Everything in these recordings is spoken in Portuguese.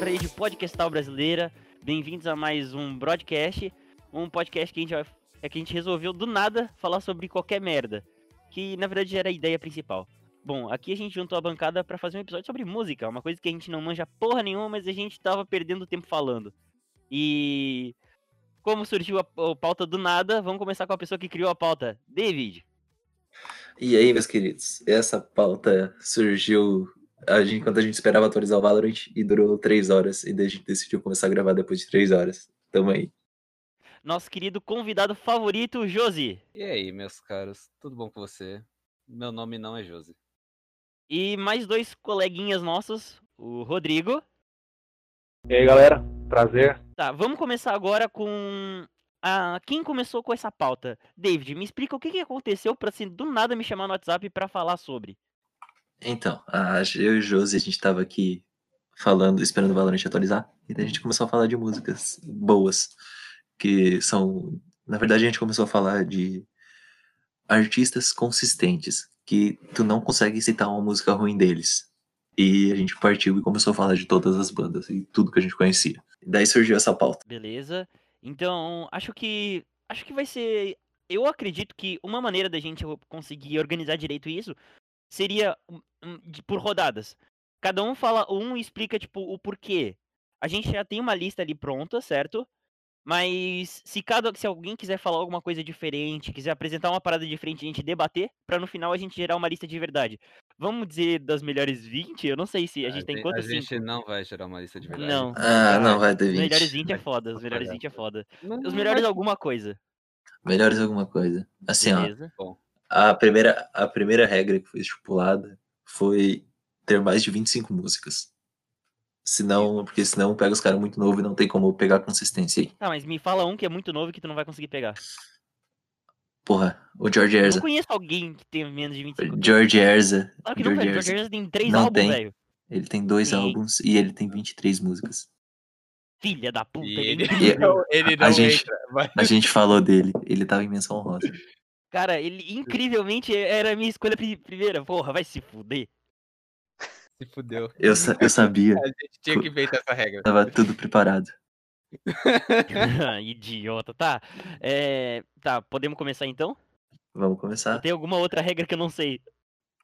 Rádio Podcastal Brasileira. Bem-vindos a mais um broadcast, um podcast que a gente vai, é que a gente resolveu do nada falar sobre qualquer merda, que na verdade era a ideia principal. Bom, aqui a gente juntou a bancada pra fazer um episódio sobre música, uma coisa que a gente não manja porra nenhuma, mas a gente tava perdendo tempo falando. E como surgiu a, a pauta do nada, vamos começar com a pessoa que criou a pauta, David. E aí, meus queridos, essa pauta surgiu a gente, enquanto a gente esperava atualizar o Valorant e durou três horas, e daí a gente decidiu começar a gravar depois de três horas. Tamo aí. Nosso querido convidado favorito, Josi. E aí, meus caros, tudo bom com você? Meu nome não é Josi. E mais dois coleguinhas nossos, o Rodrigo. E aí, galera, prazer. Tá, vamos começar agora com a quem começou com essa pauta. David, me explica o que, que aconteceu pra assim, do nada me chamar no WhatsApp pra falar sobre. Então, a, eu e o Josi, a gente tava aqui falando, esperando o Valorant atualizar, e daí a gente começou a falar de músicas boas, que são. Na verdade, a gente começou a falar de artistas consistentes, que tu não consegue citar uma música ruim deles. E a gente partiu e começou a falar de todas as bandas e tudo que a gente conhecia. E daí surgiu essa pauta. Beleza. Então, acho que. Acho que vai ser. Eu acredito que uma maneira da gente conseguir organizar direito isso seria hum, hum, de- por rodadas. Cada um fala um e explica, tipo, o porquê. A gente já tem uma lista ali pronta, certo? Mas se cada se alguém quiser falar alguma coisa diferente, quiser apresentar uma parada diferente, a gente debater, pra no final a gente gerar uma lista de verdade. Vamos dizer das melhores 20? Eu não sei se a gente tem Ah, A quantas gente cinco. não vai gerar uma lista de verdade. Não. Ah, não, vai ter Os melhores 20. 20 é foda, os vai melhores pagar. 20 é foda. Não, Os não melhores vai- alguma coisa. Melhores alguma coisa. Assim, ó, é Beleza? a primeira, a primeira regra que foi estipulada foi ter mais de 25 músicas. Senão, porque senão pega os caras muito novo e não tem como pegar consistência aí. Tá, mas me fala um que é muito novo e que tu não vai conseguir pegar. Porra, o George Eu não Erza. conheço alguém que tenha menos de 25. George Erza. Claro que não, George velho. Erza. George Harrison tem três Não álbuns, tem. velho. Ele tem dois Sim. álbuns e ele tem 23 músicas. Filha da puta, E ele é ele- incrível. Não, ele não a gente- entra. vai. A gente falou dele, ele tava em menção honrosa. Cara, ele incrivelmente era a minha escolha pri- primeira. Porra, vai se fuder. Se fudeu. Eu, sa- eu sabia, A gente tinha que inventar essa regra. tava tudo preparado. Idiota, tá? É, Tá, podemos começar então? Vamos começar? Tem alguma outra regra que eu não sei?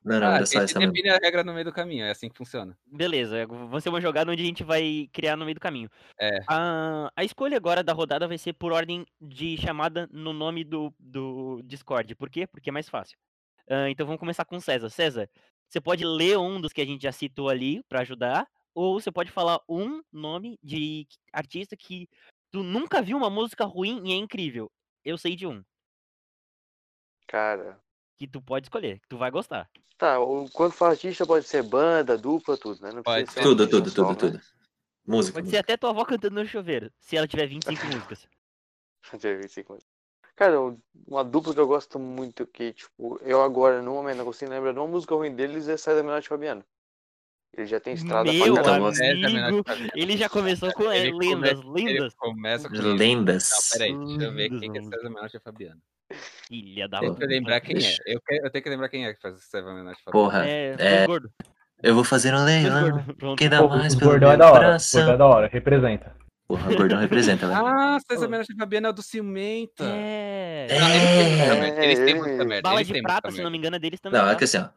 Não, não, Ah, a era só gente essa mesmo. define a regra no meio do caminho, é assim que funciona. Beleza, é, vai ser uma jogada onde a gente vai criar no meio do caminho. É. A, a escolha agora da rodada vai ser por ordem de chamada no nome do, do Discord. Por quê? Porque é mais fácil. Ah, então vamos começar com o César. César, você pode ler um dos que a gente já citou ali pra ajudar, ou você pode falar um nome de que- artista que tu nunca viu uma música ruim e é incrível. Eu sei de um Cara, que tu pode escolher, que tu vai gostar. tá, o- quando fala artista pode ser banda, dupla, tudo, né? Não Pode precisa ser. ser uma Tudo, artista tudo, tudo, né? só, né? tudo. Música. Pode ser até tua avó cantando no chuveiro, se ela tiver 25 músicas. né? Dia 25 minutos. Cara, um- uma dupla que eu gosto muito, que, tipo, eu agora, no momento, não consigo lembrar de uma música ruim deles, é Sai da Menote Fabiano. Ele já tem estrada Meu pra caramba. amigo, Começa a menor de cabeça. Ele já começou com né? Ele eh, lendas, Ele lendas. começa com. isso. Lendas. Não, peraí, deixa eu ver quem que é Lendas. César Menotti e Fabiano. Filha da Tem que puta. lembrar quem é. Deixa. Eu, que- eu tenho que lembrar quem é que faz César Menotti e Fabiano. Porra, É, É, dois gordo, eu vou fazer dois um leilão. gordo. Pronto. Quem dá Pô, mais o pelo gordão meu é da hora. O gordão é coração? da hora, representa. Porra, o gordão representa, né? velho. Ah, César Menotti e Fabiano é o do Cimenta. É. Não, ele tem muita É, merda, eles têm ele- muita merda. Bala eles de têm prata, se muita não merda. me engano, é deles também. Não, é tá? que assim, ó.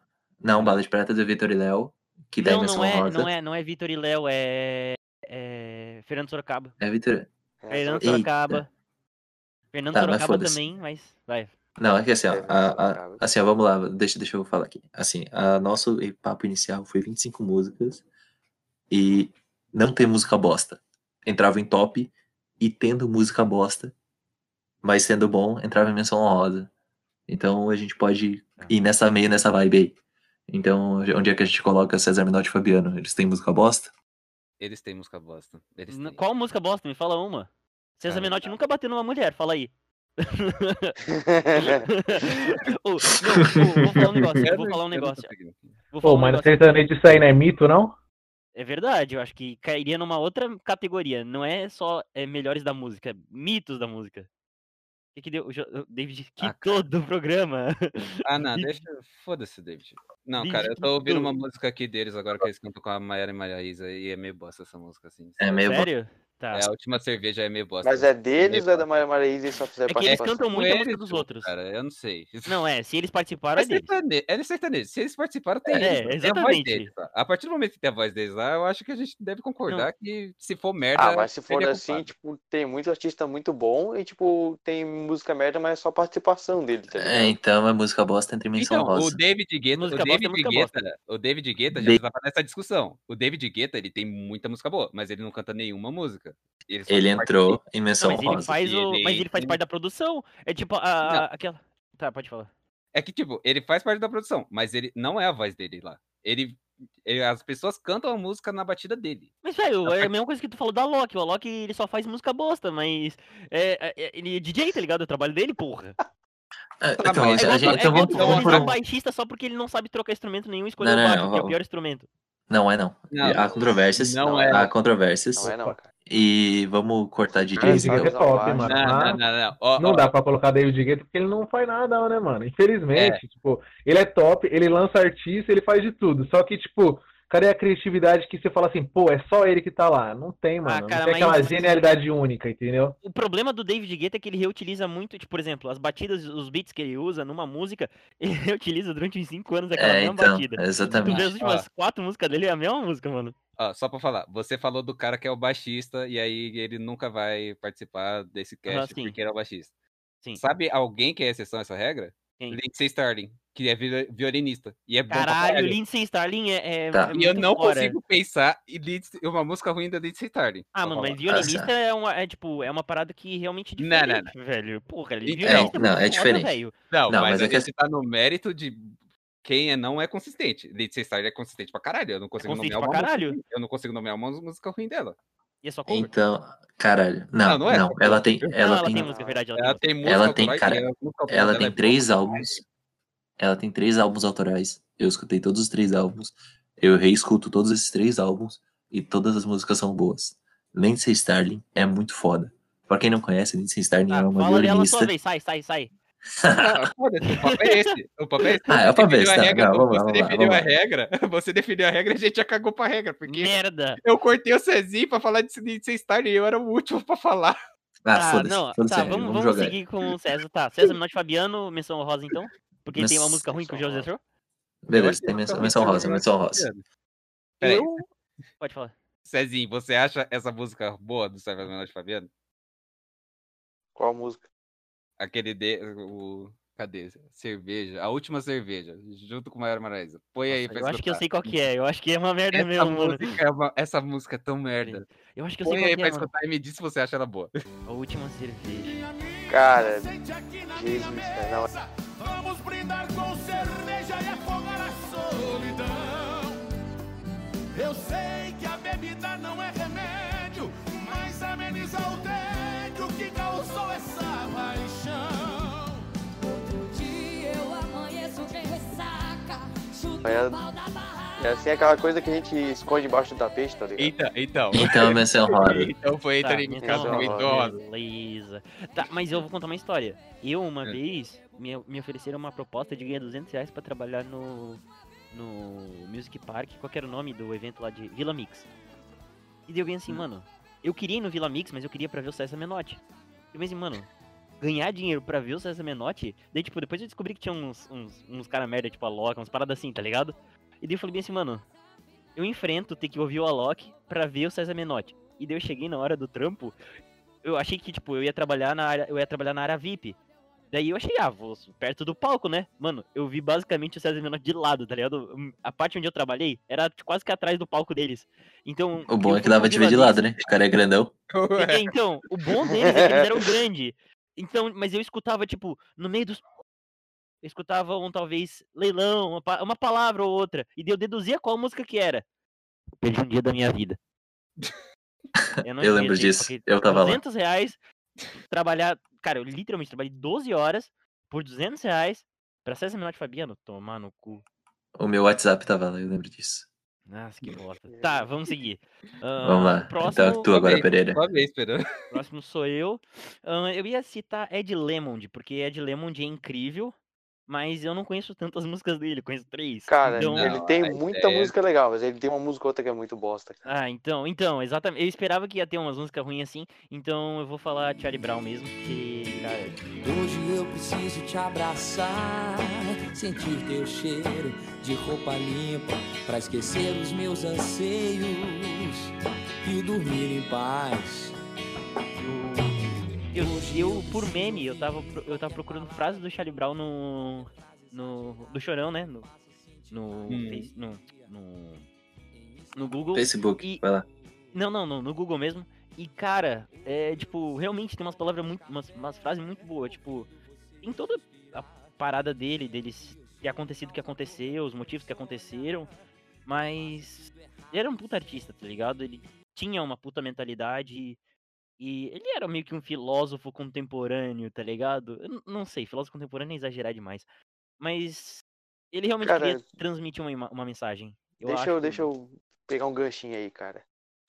Não, Bala de Prata é do Vitor e Léo, que dá em não, não menção é, honrosa. não é, não é Vitor e Léo, é, é Fernando Sorocaba. É Vitor... Fernando Eita. Sorocaba. Fernando Tá, mas Sorocaba foda-se. também, mas vai. Não, é que assim, ó, É, a- a- Vitor e Léo. assim, ó, vamos lá, deixa, deixa eu falar aqui. Assim, a nosso papo inicial foi 25 músicas e não tem música bosta. Entrava em top e tendo música bosta, mas sendo bom, entrava em menção honrosa. Então a gente pode É. ir nessa meio nessa vibe aí. Então, onde é que a gente coloca César Menotti e Fabiano? Eles têm música bosta? Eles têm música bosta. Eles N- têm. Qual música bosta? Me fala uma. César Cara, tá. Menotti nunca bateu numa mulher, fala aí. É. Ô, não, ô, vou falar um negócio, Eu vou não- falar um eu não negócio. consigo. Vou falar Pô, um mas no negócio. sertanejo isso aí não é mito, não? É verdade, eu acho que cairia numa outra categoria. Não é só é, melhores da música, é mitos da música. que, que deu? O Jo- o David que Ah, cara. todo o programa. Ah, não, Diz- deixa. Foda-se, David. Não, Diz cara, eu que tô ouvindo tu- uma música aqui deles agora que eles cantam com a Mayara e Maria Isa e é meio bosta essa música, assim. É sabe? meio bom. Sério? Tá. É, a última cerveja é meio bosta. Mas é deles ou é Meio da Maria Maraísa e só fizeram É que eles participação? cantam Com muito a música eles, tipo, dos outros. Cara, eu não sei. Não, é, se eles participaram, Mas é deles. sertane- é sertanejo. Se eles participaram, tem, É, eles, né? Tem a voz exatamente. deles. lá. A partir do momento que tem a voz deles lá, eu acho que a gente deve concordar que se for merda. Ah, mas se for ele é assim, culpado. tipo, tem muito artista muito bom e, tipo, tem música merda, mas é só participação dele, tá ligado? É, então é música bosta entre menção Então, o rosa. David Guetta, o Música bosta é David música Guetta, o David Guetta já David- estava nessa discussão. O David Guetta, ele tem muita música boa, mas ele não canta nenhuma música. só Ele participa. entrou em Não, menção mas ele rosa. faz o. ele- Mas ele faz ele- parte da produção. É tipo a- a- Não. aquela. Tá, pode falar. É que, tipo, ele faz parte da produção, mas ele não é a voz dele lá. Ele, ele- as pessoas cantam a música na batida dele. Mas, velho, Não, é a mas- mesma coisa que tu falou da Loki. O Alok, ele só faz música bosta, mas. É, é- é- ele é DJ, tá ligado? É o trabalho dele, porra. Ah, Tá, Então, mas É a igual, Mas gente- tu- é então igual vamos tu então vamos valorizar por. um baixista só porque ele não sabe trocar instrumento nenhum e escolheu Não, o não, baixo, não, que é o ó. pior instrumento. Não é não. Não, há controvérsias. não é. Há controvérsias. Não é não, cara. E vamos cortar de Cara, David sabe Guetta é entendeu? usar baixo. top, mano. Não, Ah, não, não, não. Ó, Não ó, dá pra colocar David Guetta porque ele não faz nada, né, mano? Infelizmente, tipo, ele é top, ele lança artista, ele faz de tudo. Só que, tipo, cadê a criatividade que você fala assim, pô, é só ele que tá lá? Não tem, Ah, mano. cara, não mas- tem aquela mas- genialidade única, entendeu? O problema do David Guetta é que ele reutiliza muito, tipo, por exemplo, as batidas, os beats que ele usa numa música, ele reutiliza durante uns 5 anos aquela É, mesma então, batida. Tu vê exatamente. as últimas quatro músicas dele, é a mesma música, mano. ó, só pra falar, você falou do cara que é o baixista e aí ele nunca vai participar desse Aham, cast sim. porque ele é o baixista. Sim. Sabe alguém que é exceção a essa regra? Quem? Lindsay Starling, que é vi- violinista e é bom pra Caralho, Lindsay Starlin é. é, Tá. é E eu muito não fora. consigo pensar em Lindsay- uma música ruim da Lindsay Starling. Ah, pra mano, falar. mas violinista tá. é, uma, é tipo, é uma parada que realmente é Não, não, diferente, velho. Porra, ele Então, violinista não, muito é foda, diferente. velho. Não, Não, mas, mas a é que gente tá no mérito de quem é, não é consistente. Lindsay Starling é consistente pra caralho. Eu não consigo consistente nomear uma pra música caralho. ruim. Eu não consigo nomear uma música ruim dela. E é só cover. Então, caralho. Não, Não, não é. não. Ela tem. Não, Ela tem, tem. música, é verdade, ela, Ela tem tem música Ela tem, autoral e cara, ela- a música autoral Ela dela é tem boa três pra álbuns. Ela tem três álbuns autorais. Eu escutei todos os três álbuns. Eu reescuto todos esses três álbuns. E todas as músicas são boas. Lindsay Starling é muito foda. Pra quem não conhece, Lindsay Starling é música. uma Tá, fala dela sua violinista. vez, sai, sai, sai. Não, foda-se, o papel é esse. O papel é esse. Ah, é o Você papel, definiu a tá, regra, não, vamos lá, Você vamos lá, definiu a vamos regra. Você definiu a regra e a gente já cagou pra regra. Né, Porque Merda. eu cortei o Cezinho pra falar de Lindsay Starling e eu era o último pra falar. Ah, Ah, foda-se. não, foda-se, tá, Harry, vamos, vamos vamos jogar. seguir com o César. Tá, César Minotti Fabiano, menção rosa então. Porque tem uma Menção música ruim que o José rosa. entrou. Eu Beleza, acho que tem eu menção, nunca menção ouvi rosa, falar menção desse rosa. ano. Peraí, Eu. Pode falar. Cezinho, você acha essa música boa do Sérgio Menor de Fabiano? Qual música? Aquele de. O... Cadê? Cerveja. A última cerveja. Junto com a Mayara Maraíza. Põe aí Nossa, pra eu acho que eu escutar. sei qual que é. Eu acho que é uma merda Essa mesmo, mano. música, é uma- essa música é tão merda. Eu acho que eu sei Põe qual aí que pra é, mano. escutar e me diz se você acha ela boa. A última cerveja. Cara, Jesus, cara, não. Vamos brindar com cerveja e afogar a solidão. Eu sei que a bebida não é remédio, mas ameniza o tédio que causou essa paixão. dia eu amanheço bem ressaca. Chuto É- o pau da barraca. É assim aquela coisa que a gente esconde debaixo do tapete, tá ligado? Então, então. Então, é menção rosa. Então foi Tá, entre menção caso, indicação rosa, idosa. Beleza. Tá, mas eu vou contar uma história. Eu, uma É. vez, me, me ofereceram uma proposta de ganhar 200 reais pra trabalhar no. No Music Park, qual que era o nome do evento lá de Vila Mix? E daí eu ganhei assim, mano. Eu queria ir no Vila Mix, mas eu queria pra ver o César Menotti. Eu pensei, mano, ganhar dinheiro pra ver o César Menotti. Daí, tipo, depois eu descobri que tinha uns, uns, uns cara merda, tipo, a Loki, umas paradas assim, tá ligado? E daí eu falei bem assim, mano, eu enfrento ter que ouvir o Alok pra ver o César Menotti. E daí eu cheguei na hora do trampo, eu achei que, tipo, eu ia trabalhar na área, eu ia trabalhar na área VIP. Daí eu achei, ah, vou s- perto do palco, né? Mano, eu vi basicamente o César Menotti de lado, tá ligado? Hum, A parte onde eu trabalhei era quase que atrás do palco deles. Então. O bom eu é que fui dava pro de ver de Vila Mix- lado, né? O cara é grandão. é, Então, o bom deles é que eles eram grandes. Então, mas eu escutava, tipo, no meio dos. Eu escutava um, talvez, leilão, uma, pa- uma palavra ou outra. E daí eu deduzia qual música que era. Eu perdi um dia da minha vida. não Eu lembro esqueço, disso, porque eu tava lá. 200 reais, trabalhar... Cara, eu literalmente trabalhei 12 horas por 200 reais pra César Menotti e Fabiano. Tomar no cu. O meu WhatsApp tava lá, tá eu lembro disso. Nossa, que bosta. Tá, vamos seguir. Ah, Vamos lá. o Próximo, Então, tu agora, Ok. Pereira. Só vez, Pereira. o próximo sou eu. Ah, eu ia citar Ed Lemond, porque Ed Lemond é incrível, mas eu não conheço tantas músicas dele, conheço três. Cara, então, ele Não, tem mas muita é- música legal, mas ele tem uma música ou outra que é muito bosta. cara. Ah, então, então, exatamente. Eu esperava que ia ter umas músicas ruins assim, então eu vou falar Charlie Brown mesmo, porque, cara, Hoje eu preciso te abraçar, sentir teu cheiro de roupa limpa, pra esquecer os meus anseios e dormir em paz. eu, eu, por meme, eu tava, pro- eu tava procurando frases do Charlie Brown no. no do Chorão, né? No. No. Hum. Face- no, no, no Google. Facebook, E- vai lá. Não, não, não, no Google mesmo. E, cara, é tipo, realmente tem umas palavras muito. umas, umas frases muito boas. Tipo, tem toda a parada dele, deles ter acontecido o que aconteceu, os motivos que aconteceram. Mas. Ele era um puta artista, tá ligado? Ele tinha uma puta mentalidade. E, e ele era meio que um filósofo contemporâneo, tá ligado? Eu n- não sei, filósofo contemporâneo é exagerar demais. Mas. Ele realmente Cara, queria transmitir uma, ima- uma mensagem. deixa, acho eu, deixa eu pegar um ganchinho aí, cara.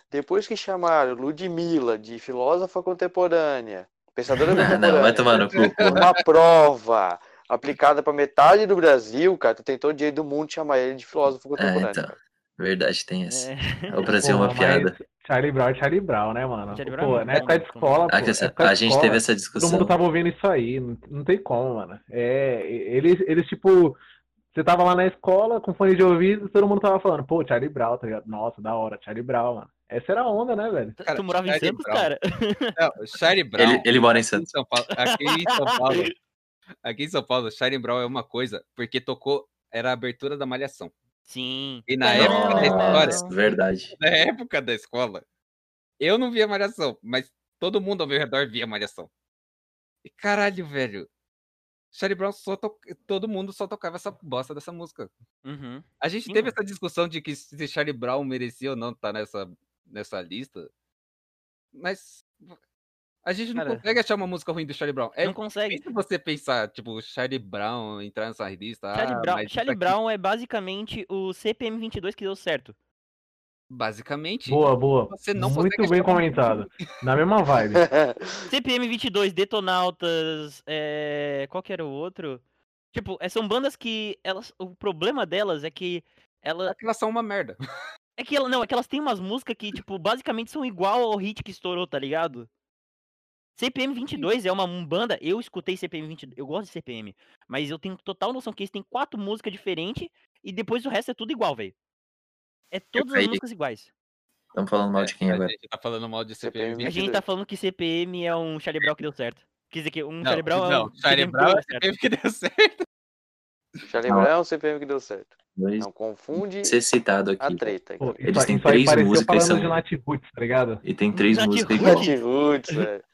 Depois que chamaram Ludmilla de filósofa contemporânea, pensadora Ah, contemporânea, não, vai tomar no cu, porra. uma prova aplicada pra metade do Brasil, cara, tu tem todo o direito do mundo de chamar ele de filósofo É, contemporâneo. então. cara. Verdade, tem essa. É, Ou pra ser uma Porra, piada. Ah, mas Charlie Brown é Charlie Brown, né, mano? Charlie Brown é pô, muito na bom, época de muito bom. escola, pô, Ah, que essa- época de a gente é escola, teve essa Todo discussão. mundo tá tava ouvindo isso aí, não, não tem como, mano. É, eles, eles, tipo, você tava lá na escola com fone de ouvido, todo mundo tava falando, pô, Charlie Brown, tá ligado? Nossa, da hora, Charlie Brown, mano. Essa era a onda, né, velho? tu- Cara, tu morava em Charlie Santos, Brown. cara? Não, Charlie Brown. Ele, ele mora em aqui em Santos. São Paulo, aqui em São Paulo, aqui em São Paulo, Charlie Brown é uma coisa, porque tocou, era a abertura da Malhação. Sim. E na Não, época da história, Nossa, verdade. na época da escola, eu não via Malhação, mas todo mundo ao meu redor via Malhação. E caralho, velho. Charlie Brown só to... todo mundo só tocava essa bosta dessa música. Uhum. A gente Sim, teve mano. essa discussão de que se Charlie Brown merecia ou não estar nessa, nessa lista. Mas a gente não Cara. consegue achar uma música ruim do Charlie Brown. É não consegue. difícil você pensar, tipo, Charlie Brown entrar nessa lista. Charlie, ah, Brown, mas isso Charlie aqui- Brown é basicamente o CPM 22 que deu certo. Basicamente, Boa, boa. você não Muito consegue bem um achar uma música comentado. ruim. Na mesma vibe. CPM 22, Detonautas, é... qual que era o outro? Tipo, é, são bandas que elas, o problema delas é que ela, Aquelas são uma merda. é que ela, não, é que elas têm umas músicas que tipo basicamente são igual ao hit que estourou, tá ligado? CPM 22 é uma banda, eu escutei CPM 22, eu gosto de CPM, mas eu tenho total noção que eles têm quatro músicas diferentes e depois o resto é tudo igual, velho. É todas as caí. músicas iguais. Estamos falando mal de quem É, agora? A gente tá falando mal de CPM. A 22. gente tá falando que CPM é um Charlie Brown que deu certo. Quer dizer que um Não, Charlie Brown é um não, CPM Charlie que Brown deu é certo. CPM que deu certo. Charlie Brown é o CPM que deu certo. Dois Não confunde ser citado aqui. a treta. Pô, Eles isso, aí- têm isso aí três pareceu músicas e falando são- de Nat Roots, tá ligado? E tem três Nath músicas Ruth. igual. Nat Roots, é. velho.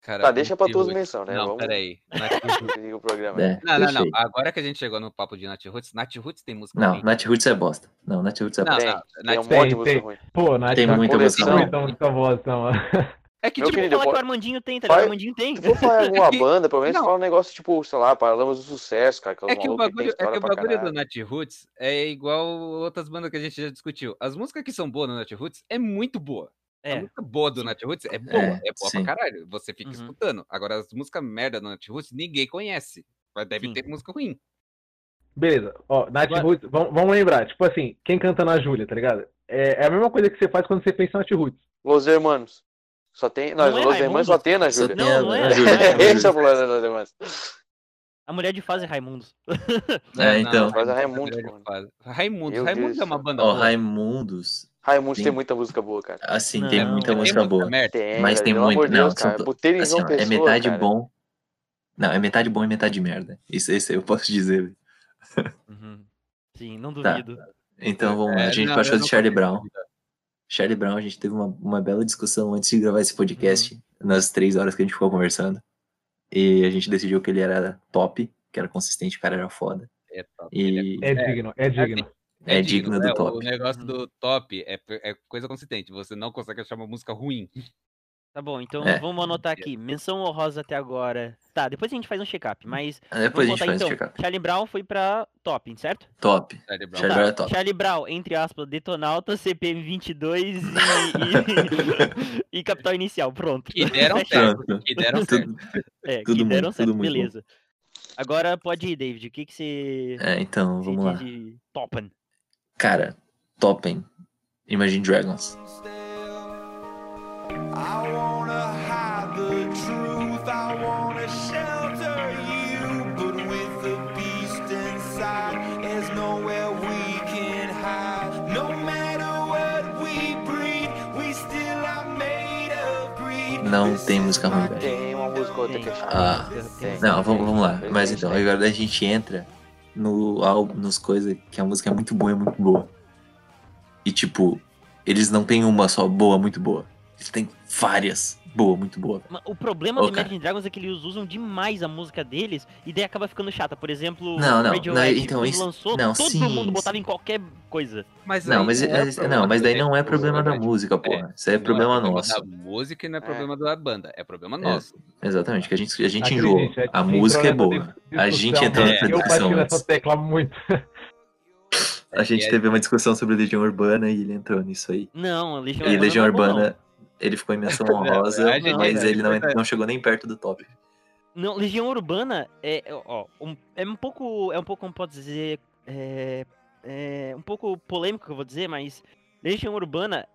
Cara, Tá, deixa pra Nat tuas Roots. menções, né? Não, Vamos peraí. Nat- seguir o programa. É, Não, não, deixa não. aí. Agora que a gente chegou no papo de Nat Roots, Nat Roots tem música Não, ruim. Nath Roots é bosta. Não, Nath Roots é Não, bosta. Tem, não, tem um Nat- monte de tem, música tem. ruim. Pô, Nat Tem na muita coleção. emoção. Muita música boa, então, mano. É que, Meu Tipo, tipo, querido, falar eu que vou- o Armandinho tem, tá ligado? O Vai- Armandinho tem. Se for falar em alguma que- banda, pelo menos não. fala um negócio tipo, sei lá, Paralamas do Sucesso, cara, que é os é que o malucos que tem bagulho, é história que o pra bagulho caralho. do Nat Roots é igual outras bandas que a gente já discutiu. As músicas que são boas no Nat Roots é muito boa. A É, música boa do Nat Roots é boa, é, É, boa sim. pra caralho. Você fica Uhum. escutando. Agora, as músicas merda do Nat Roots ninguém conhece. Mas deve Sim. ter música ruim. Beleza, ó, Nath Agora- Roots, vamos, vamos lembrar, tipo assim, quem canta na Júlia, tá ligado? É, é a mesma coisa que você faz quando você pensa em Nath Roots. Los Hermanos. Só tem. Não, Não é Los Hermanos só Raimundos? tem na Só Júlia. tem Não, não a- é. a Júlia, a Júlia. Esse é o problema dos Los Hermanos. a mulher de fase Raimundos. É, então. Mas a Raimundos é Raimundos, maravilhosa. Raimundos, né? Meu Raimundos é Deus uma do banda Ó, boa. Raimundos, Raimundos Sim. tem muita música boa, cara. assim, tem Não. muita Tem música boa. merda. Tem, Mas velho, tem pelo muito- amor de Deus, não, cara. são- Boteiro em Assim, João ó, é Pessoa, metade cara. bom. Não, é metade bom e metade merda. Isso, isso eu posso dizer. Uhum. Sim, não Tá. duvido. Então vamos lá. É, A gente não, passou eu do não Charlie consigo Brown. Charlie Brown, a gente teve uma, uma bela discussão antes de gravar esse podcast, nas três horas que a gente ficou conversando. E a gente decidiu que ele era top, que era consistente, o cara era foda. É top. Ele E É digno, é digno. é, digno do né? top. O negócio Uhum. do top é, é coisa consistente. Você não consegue achar uma música ruim. Tá bom, então É. vamos anotar aqui. Menção honrosa até agora. Tá, depois a gente faz um check-up, mas. Ah, Depois a vamos gente botar, faz o então. check-up. Charlie Brown foi pra top, certo? Tá. Top. Charlie Brown. Charlie Brown é top. Charlie Brown, entre aspas, Detonauta, CPM 22 e, e, e Capital Inicial. Pronto. Que deram Fechado. certo. Que deram Tá certo. Tudo- É, Tudo que muito, deram certo, tudo muito bom. beleza. Agora pode ir, David. O que, que você. É, então, você vamos lá. diz de Topan? Cara, topem. Imagine Dragons. I wanna hide the truth, I wanna shelter you. But with the beast inside, there's nowhere we can hide. No matter what we breed, we still are made of greed. Não tem música ruim, velho. Tem uma música ou outra que é chata. Ah, Tem. não, vamos, vamos lá. Tem, Mas é, tem, então, tem. agora a gente entra no álbum, nos coisas que a música é muito boa, é muito boa. E tipo, eles não tem uma só boa, muito boa. Eles têm várias boa, muito boa. Ma- O problema Ô, do cara. Imagine Dragons é que eles usam demais a música deles e daí acaba ficando chata. Por exemplo, Não, não, Radiohead, não, então quando isso- lançou, não, todo sim, mundo sim. botava em qualquer coisa. Mas Não, aí mas, é é- não, problema mas daí do não é Red problema da Bull, música, É, porra. Isso aí é não problema problema nosso. Da música e não é É. problema da banda, é problema nosso. Exatamente, que a gente, a gente Acredite, enjoou. gente A entrou música é nessa boa. dis- A gente discussão, entrou né? nessa Eu discussão bati nessa antes. tecla muito. A gente É, teve uma discussão sobre Legião Urbana e ele entrou nisso aí. Não, a Legião E Urbana. Legião não é bom, Urbana, ele ficou em menção honrosa, a gente- mas é, ele não, verdade. não chegou nem perto do top. Não, Não, Legião Urbana é, é, ó, um, é um pouco. É um pouco, como pode dizer. É, é um pouco polêmico que eu vou dizer, mas Legião Urbana,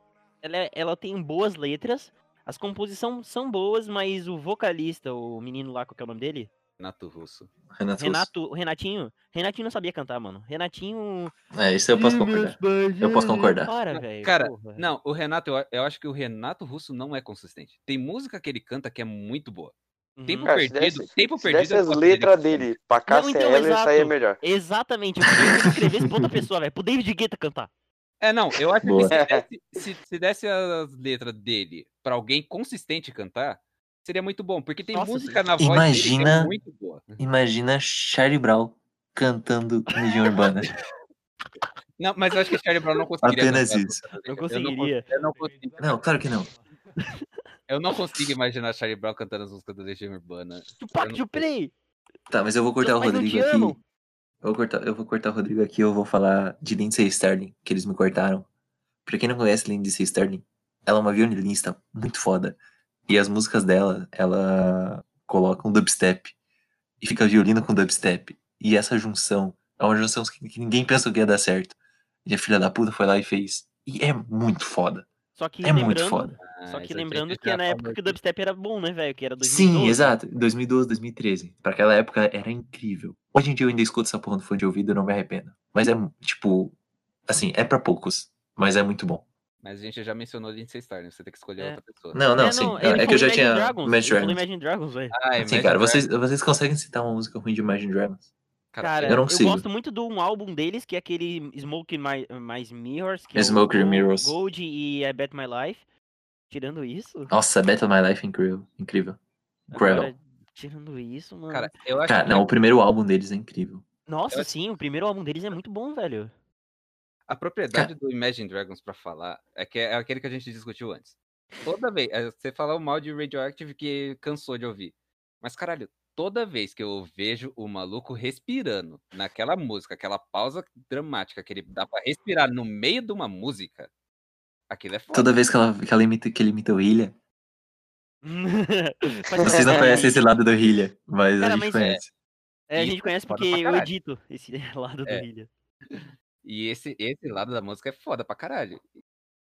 ela, é- ela tem boas letras. As composições são boas, mas o vocalista, o menino lá, qual que é o nome dele? Renato Russo. Renato, Russo. Renato, o Renatinho. Renatinho não sabia cantar, mano. Renatinho. É, isso eu posso concordar. Eu posso concordar. Para, Não, velho. cara, porra. Não, o Renato, eu, eu acho que o Renato Russo não é consistente. Tem música que ele canta que é muito boa. Uhum. Tempo Cara, Ah, se perdido, desse- tempo Se perdido. desse é as top letras dele pra Cássia então, Eller, exato. saía é melhor. Exatamente. Eu queria que ele escrevesse pra outra pessoa, velho. Pro David Guetta cantar. É, não, eu acho Boa. que se desse, se- se desse as letras dele pra alguém consistente cantar, seria muito bom, porque tem Nossa, música na voz dele que é Imagina- muito boa. Imagina Charlie Brown cantando Legião Urbana. Não, mas eu acho que Charlie Brown não conseguiria. Apenas cantar. isso. Eu Eu não, conseguiria. eu não consigo, Não, claro que não. eu não consigo imaginar Charlie Brown cantando as músicas do Legião Urbana. Tupac de Play. Tá, mas eu vou cortar o Mas não te Rodrigo aqui. amam. Eu vou cortar, eu vou cortar o Rodrigo aqui eu vou falar de Lindsay Sterling, que eles me cortaram. Pra quem não conhece Lindsay Sterling, ela é uma violinista muito foda. E as músicas dela, ela coloca um dubstep. E fica violino com dubstep. E essa junção é uma junção que, que ninguém pensou que ia dar certo. E a filha da puta foi lá e fez. E é muito foda. Só que é muito lembrando- foda. Só que Ah, isso aqui lembrando já que é na tá época que o muito- dubstep era bom, né, velho? Que era 2012. Sim, exato. 2012, 2013. Pra aquela época era incrível. Hoje em dia eu ainda escuto essa porra no fone de ouvido e não me arrependo. Mas é, tipo, assim, é pra poucos. Mas é muito bom. Mas a gente já mencionou Lindsay Starling, você tem que escolher É. outra pessoa. Não, não, É, sim. ele é que falou eu já Imagine tinha. Dragons. Imagine ele falou Dragons. Imagine Dragons, velho. Ah, é Sim, Imagine cara, Dragons. vocês, vocês conseguem citar uma música ruim de Imagine Dragons? Cara, eu eu, não consigo. gosto muito de um álbum deles, que é aquele Smoke My, mais Mirrors. Que é o Smoke and Go- Mirrors. Gold e I Bet My Life. Tirando isso... Nossa, Battle My Life é incrível. Incrível. Incrível. Agora, tirando isso, mano... Cara, eu acho Cara, que não, o primeiro álbum deles é incrível. Nossa, acho- sim, o primeiro álbum deles é muito bom, velho. a propriedade do Imagine Dragons pra falar é que é aquele que a gente discutiu antes. Toda vez, é, você falou mal de Radioactive que cansou de ouvir. Mas caralho, toda vez que eu vejo o maluco respirando naquela música, aquela pausa dramática que ele dá pra respirar no meio de uma música, aquilo é foda. Toda vez que, ela, que, ela imita, que ele imita o Hilha, Faz é vocês não sentido. conhecem esse lado do Hilha, mas Cara, a gente mas é- conhece. É, a Isso, gente conhece foda porque pra eu caralho. edito esse lado do É. Ilha. E esse, esse lado da música é foda pra caralho.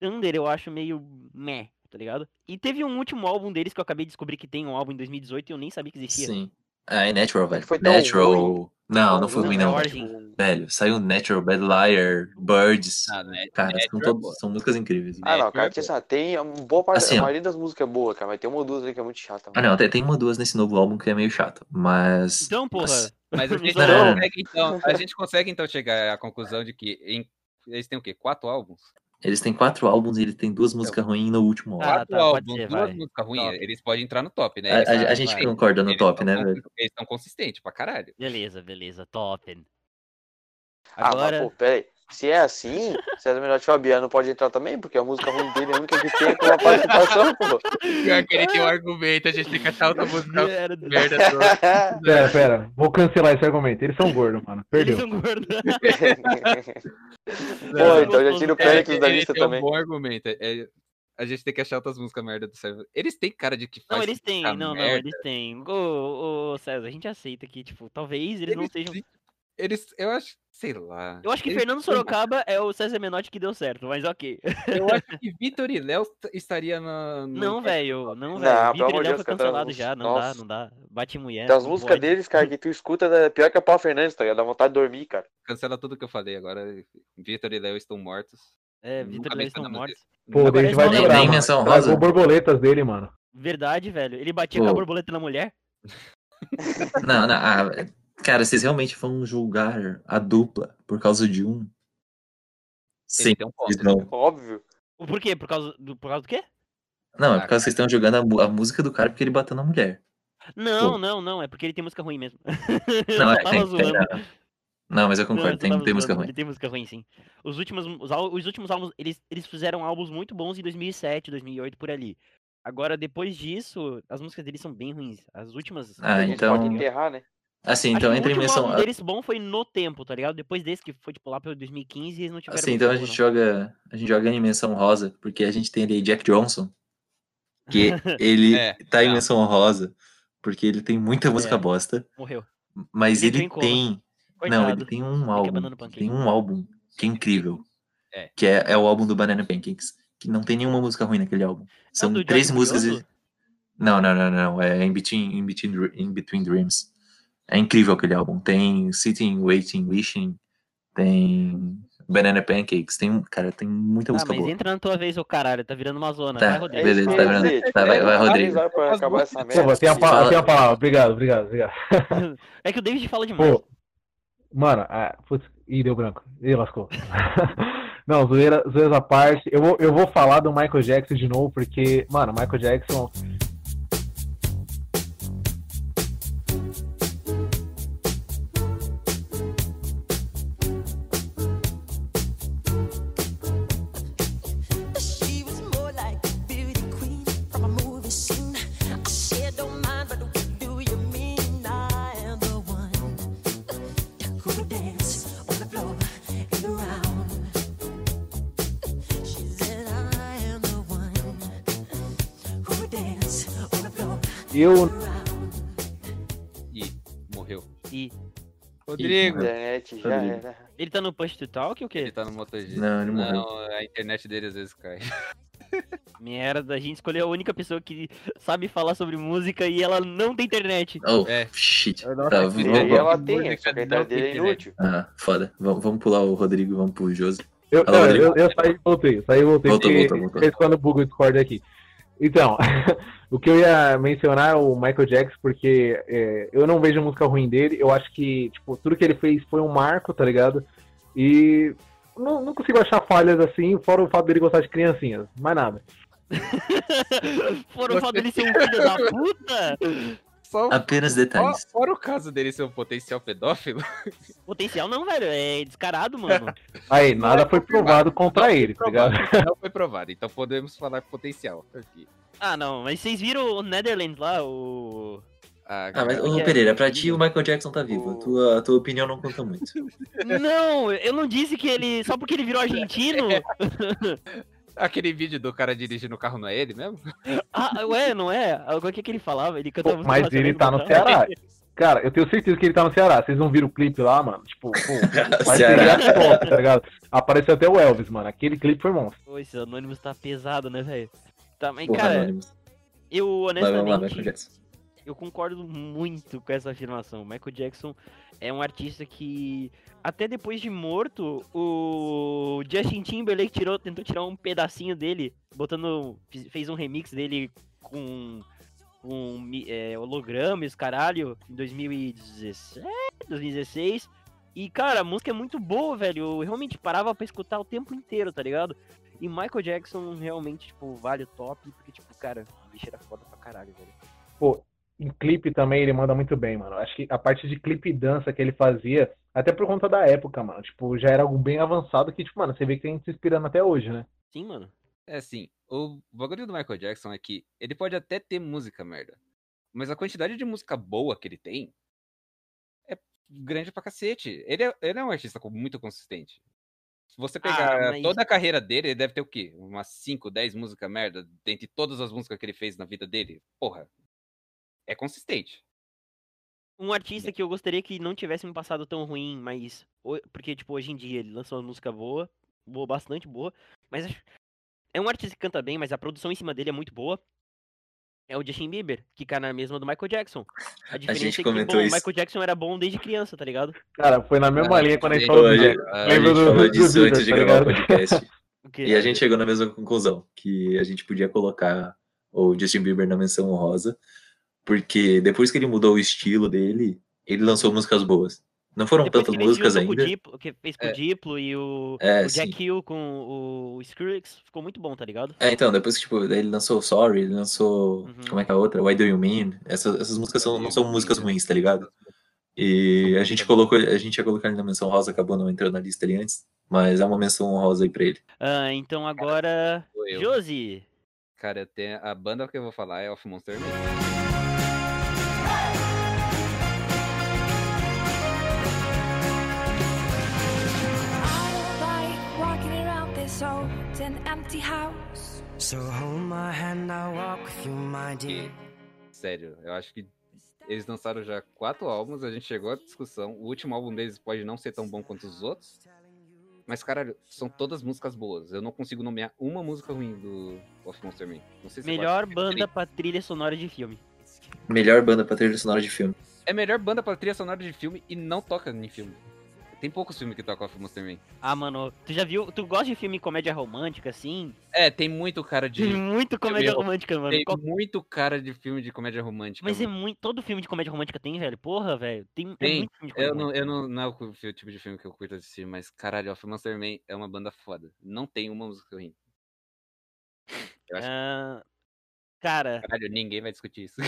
Thunder eu acho meio meh, tá ligado? E teve um último álbum deles que eu acabei de descobrir que tem um álbum em 2018 e eu nem sabia que existia. Sim. Ah, é Natural, velho. Foi tão Natural. ruim. Não, não foi ruim, não. Tipo, Não, velho. tipo, Velho, saiu Natural, Bad Liar, Birds. Ah, né? Cara, Natural são, é todos- boa. são músicas incríveis. Ah, É, não, cara, foi tinha essa- tem uma boa parte, Assim, ó. a maioria das músicas é boa, cara, mas tem uma ou duas aí que é muito chata. Ah, mano. não, tem, tem uma ou duas nesse novo álbum que é meio chato, mas. Então, porra. Nossa. Mas a gente, Não, não. consegue, então, a gente consegue, então, chegar à conclusão de que em- eles têm o quê? Quatro álbuns? Eles têm quatro álbuns e eles têm duas músicas ruins no último álbum. Ah, Quatro tá, pode álbuns, ser, duas vai. músicas ruins, Top. eles podem entrar no top, né? A- Eles a, são- a gente vai. concorda no eles top, são né, consi- velho? Eles estão consistentes pra caralho. Beleza, beleza, top. Ah, Agora, mas pô, peraí. Se é assim, César Menotti e Fabiano pode entrar também, porque a música ruim dele é a única que tem com uma participação, pô. Pior que ele tem um argumento, a gente tem que achar outra música Merda. merda toda. Pera, pera. Vou cancelar esse argumento. Eles são gordos, mano. Perdeu. Eles são gordos. Pô, então já tira o É, Péricles ele, da lista tem um também. bom argumento. é- a gente tem que achar outras músicas merda do César. Eles têm cara de que faz Não, eles têm, muita não, não, merda. eles têm. Ô, ô, César, a gente aceita que, tipo, talvez eles não Eles sejam. têm- Eles, eu acho, sei lá. Eu acho que Eles Fernando têm- Sorocaba é o César Menotti que deu certo, mas ok. Hum, Eu acho que Vitor e Léo t- estaria na. no- Não, velho, não, é. Não, velho. pelo O Vitor amor de Léo Deus, foi cara, tá cancelado uns- já, não dá, nossa. não dá. Bate mulher. Então, As não músicas pode. deles, cara, que tu escuta é pior que a Paula Fernandes, tá ligado? Dá vontade de dormir, cara. Cancela tudo que eu falei agora. Vitor e Léo estão mortos. É, nunca Vitor vi assim. Léo essa estão música. mortos. Pô, Agora a eles gente vai não lembrar. lembram. Nem mano. menção Tragou rosa. borboletas dele, mano. Verdade, velho. Ele batia com a Pô. borboleta na mulher. Não, não. ah, cara, vocês realmente vão julgar a dupla por causa de um? Sim, Ele tem um ponto. vocês não. Óbvio. Por quê? Por causa do, por causa do quê? Não, é Ah, por causa que vocês estão jogando a, mu- a música do cara porque ele bateu na mulher. Não, Pô. não, não. É porque ele tem música ruim mesmo. Não, eu é, tava tem, tem, zoando. ah, não, mas eu Não, concordo, eu tem, tava tem música zoando, ruim. Ele tem música ruim, sim. Os últimos, os, al- os últimos álbuns, eles, eles fizeram álbuns muito bons em 2007, 2008, por ali. Agora, depois disso, as músicas deles são bem ruins. As últimas. Ah, a gente pode então- enterrar, né? Assim, Acho que então entra o em último menção. álbum deles bom foi No Tempo, tá ligado? Depois desse, que foi, tipo, lá pelo 2015, eles não tiveram Assim, música então a boa, gente joga. A gente joga em menção rosa, porque a gente tem ali Jack Johnson. Que ele É, tá em tá. menção rosa, porque ele tem muita música É. bosta, não. Morreu. mas Ele ele, tem como? tem. Coitado. Não, ele tem um abandonar álbum. o Pancake. Tem um álbum que é incrível. É. Que é, é o álbum do Banana Pancakes. Que não tem nenhuma música ruim naquele álbum. São É do três Jorge músicas. Furioso? Não, não, não, não. É In Between, In Between, Dr- In Between Dreams. É incrível aquele álbum. Tem Sitting, Waiting, Wishing. Tem Banana Pancakes. Tem, um- cara, tem muita Ah, música mas boa. entra na tua vez, ô caralho. Tá virando uma zona. Tá, Vai, Rodrigo. Beleza, isso que tá eu ia vendo? dizer, Tá, tipo, vai- vai, eles Rodrigo. avisaram pra acabar essa merda. Pô, tem a, que- pa- tem a palavra. Obrigado, obrigado, obrigado. É que o David fala demais. Pô, mano, ah, putz, ih, deu branco. Ih, lascou. Não, zoeira, zoeiras à parte. Eu vou, eu vou falar do Michael Jackson de novo, porque, mano, Michael Jackson. She was more like a beauty queen from a movie scene. I said, don't mind, but what do you mean? I am the one who would dance on the floor and around. She said, I am the one who would dance on the floor Eu. and around. Ih, morreu. Ih. Rodrigo! Internet já Rodrigo. era. Ele tá no Push to Talk ou o Ele quê? tá no MotoGP. Não, ele morreu. Não, a internet dele às vezes cai. Merda, a gente escolheu a única pessoa que sabe falar sobre música e ela não tem internet. Oh, É. shit. Nossa, Tá, que vamos- E ideia. vamos- aí ela tem, música só que a idade não dele é tem, né? inútil. Ah, foda. Vamos, vamos pular o Rodrigo e vamos pro Josi. Eu, Fala, não, Rodrigo. eu, eu saí e voltei, saí e voltei, Voltou, porque voltou, voltou. de vez em quando buga o Discord aqui. Então, o que eu ia mencionar é o Michael Jackson, porque é, eu não vejo música ruim dele, eu acho que, tipo, tudo que ele fez foi um marco, tá ligado? E não, não consigo achar falhas assim, fora o fato dele gostar de criancinhas, mais nada. Foram Você- só dele ser um filho da puta? Só, Apenas só detalhes. fora o caso dele ser um potencial pedófilo. Potencial não, velho. É descarado, mano. Aí, nada foi provado contra ele, tá ligado? Não foi provado, então podemos falar potencial aqui. Ah, não. Mas vocês viram o Netherlands lá, o. Ah, Ah, mas, cara, ô É, Pereira, pra ti o Michael Jackson tá vivo. O- A tua, a tua opinião não conta muito. Não, eu não disse que ele. Só porque ele virou argentino. Aquele vídeo do cara dirigindo o carro não é ele mesmo? Ah, ué, não é? Ah, O que que ele falava? Ele Pô, cantava música mas brasileira ele do tá no Brasil. Ceará. Cara, eu tenho certeza que ele tá no Ceará. Vocês não viram o clipe lá, mano? Tipo, pô, vai ser Ceará. top, tá ligado? Apareceu até o Elvis, mano. Aquele clipe foi monstro. Pô, esse anônimos tá pesado, né, velho? Tá, mas, Porra, cara, Anonymous. eu Vai, vamos lá, honestamente. Michael Jackson. eu concordo muito com essa afirmação. O Michael Jackson é um artista que, até depois de morto, o Justin Timberlake tirou, tentou tirar um pedacinho dele, botando, fiz- fez um remix dele com, com mi- é, holograma e os caralho, em 2017, 2016. E, cara, a música é muito boa, velho. Eu realmente parava pra escutar o tempo inteiro, tá ligado? E Michael Jackson realmente, tipo, vale o top, porque, tipo, cara, o bicho era foda pra caralho, velho. Pô, em clipe também ele manda muito bem, mano. Acho que a parte de clipe e dança que ele fazia, até por conta da época, mano. Tipo, já era algo bem avançado que, tipo, mano, você vê que tem gente se inspirando até hoje, né? Sim, mano. É assim, o bagulho do Michael Jackson é que ele pode até ter música merda, mas a quantidade de música boa que ele tem é grande pra cacete. Ele é, ele é um artista co- muito consistente. Se você pegar Ah, mas- toda a carreira dele, ele deve ter o quê? Umas 5, 10 músicas merda, dentre todas as músicas que ele fez na vida dele. Porra, é consistente. Um É. artista que eu gostaria que não tivesse um passado tão ruim, mas. ho- Porque, tipo, hoje em dia ele lançou uma música boa, boa, bastante boa. Mas acho- é um artista que canta bem, mas a produção em cima dele é muito boa. É o Justin Bieber, que cai na mesma do Michael Jackson. A diferença é que, comentou bom, o isso. Michael Jackson era bom desde criança, tá ligado? Cara, foi na mesma Ah, linha quando a gente sei. falou do Hoje- Jack. Ah, A Lembra gente do- falou do disso Beatles, antes de tá gravar o ligado? podcast. Porque- E a gente chegou na mesma conclusão, que a gente podia colocar o Justin Bieber na menção honrosa, porque depois que ele mudou o estilo dele, ele lançou músicas boas. Não foram Depois que tantas ele um músicas juntou com o ainda. Diplo- que fez com o É. Diplo e o, É, o sim. Jack Hill com o Skrillex, ficou muito bom, tá ligado? É, então, depois que tipo, ele lançou Sorry, ele lançou. Uhum. Como é que é a outra? Why Do You Mean? Essas, essas músicas são- não são músicas ruins, tá ligado? E a gente colocou, a gente ia colocar ele na menção rosa, acabou não entrando na lista ali antes, mas é uma menção honrosa aí pra ele. Ah, então agora, Sou eu. Josi, Cara, eu tenho- a banda que eu vou falar é Off Monster mesmo. I don't like walking around this old and empty house. So hold my hand, I'll walk with you, my dear. Sério, eu acho que eles lançaram já quatro álbuns, a gente chegou à discussão. O último álbum deles pode não ser tão bom quanto os outros. Mas, caralho, são todas músicas boas. Eu não consigo nomear uma música ruim do Of Monster Man. Não sei se eu é melhor gosto de banda três. pra trilha sonora de filme. Melhor banda pra trilha sonora de filme. É a melhor banda pra trilha sonora de filme e não toca em filme. Tem poucos filmes que tocam Of Monster Man. Ah, mano, tu já viu, tu gosta de filme comédia romântica, assim? É, tem muito cara Tem de. muito comédia eu- romântica, mano. Tem Qual- muito cara de filme de comédia romântica. Mas é mano. muito, todo filme de comédia romântica tem, velho, porra, velho, tem, é Tem, muito filme de comédia Eu não, romântica. eu não, não é o cu- o tipo de filme que eu curto assistir, mas caralho, Off Monster Man é uma banda foda. Não tem uma música ruim. Eu acho Ah, cara, Caralho, ninguém vai discutir isso.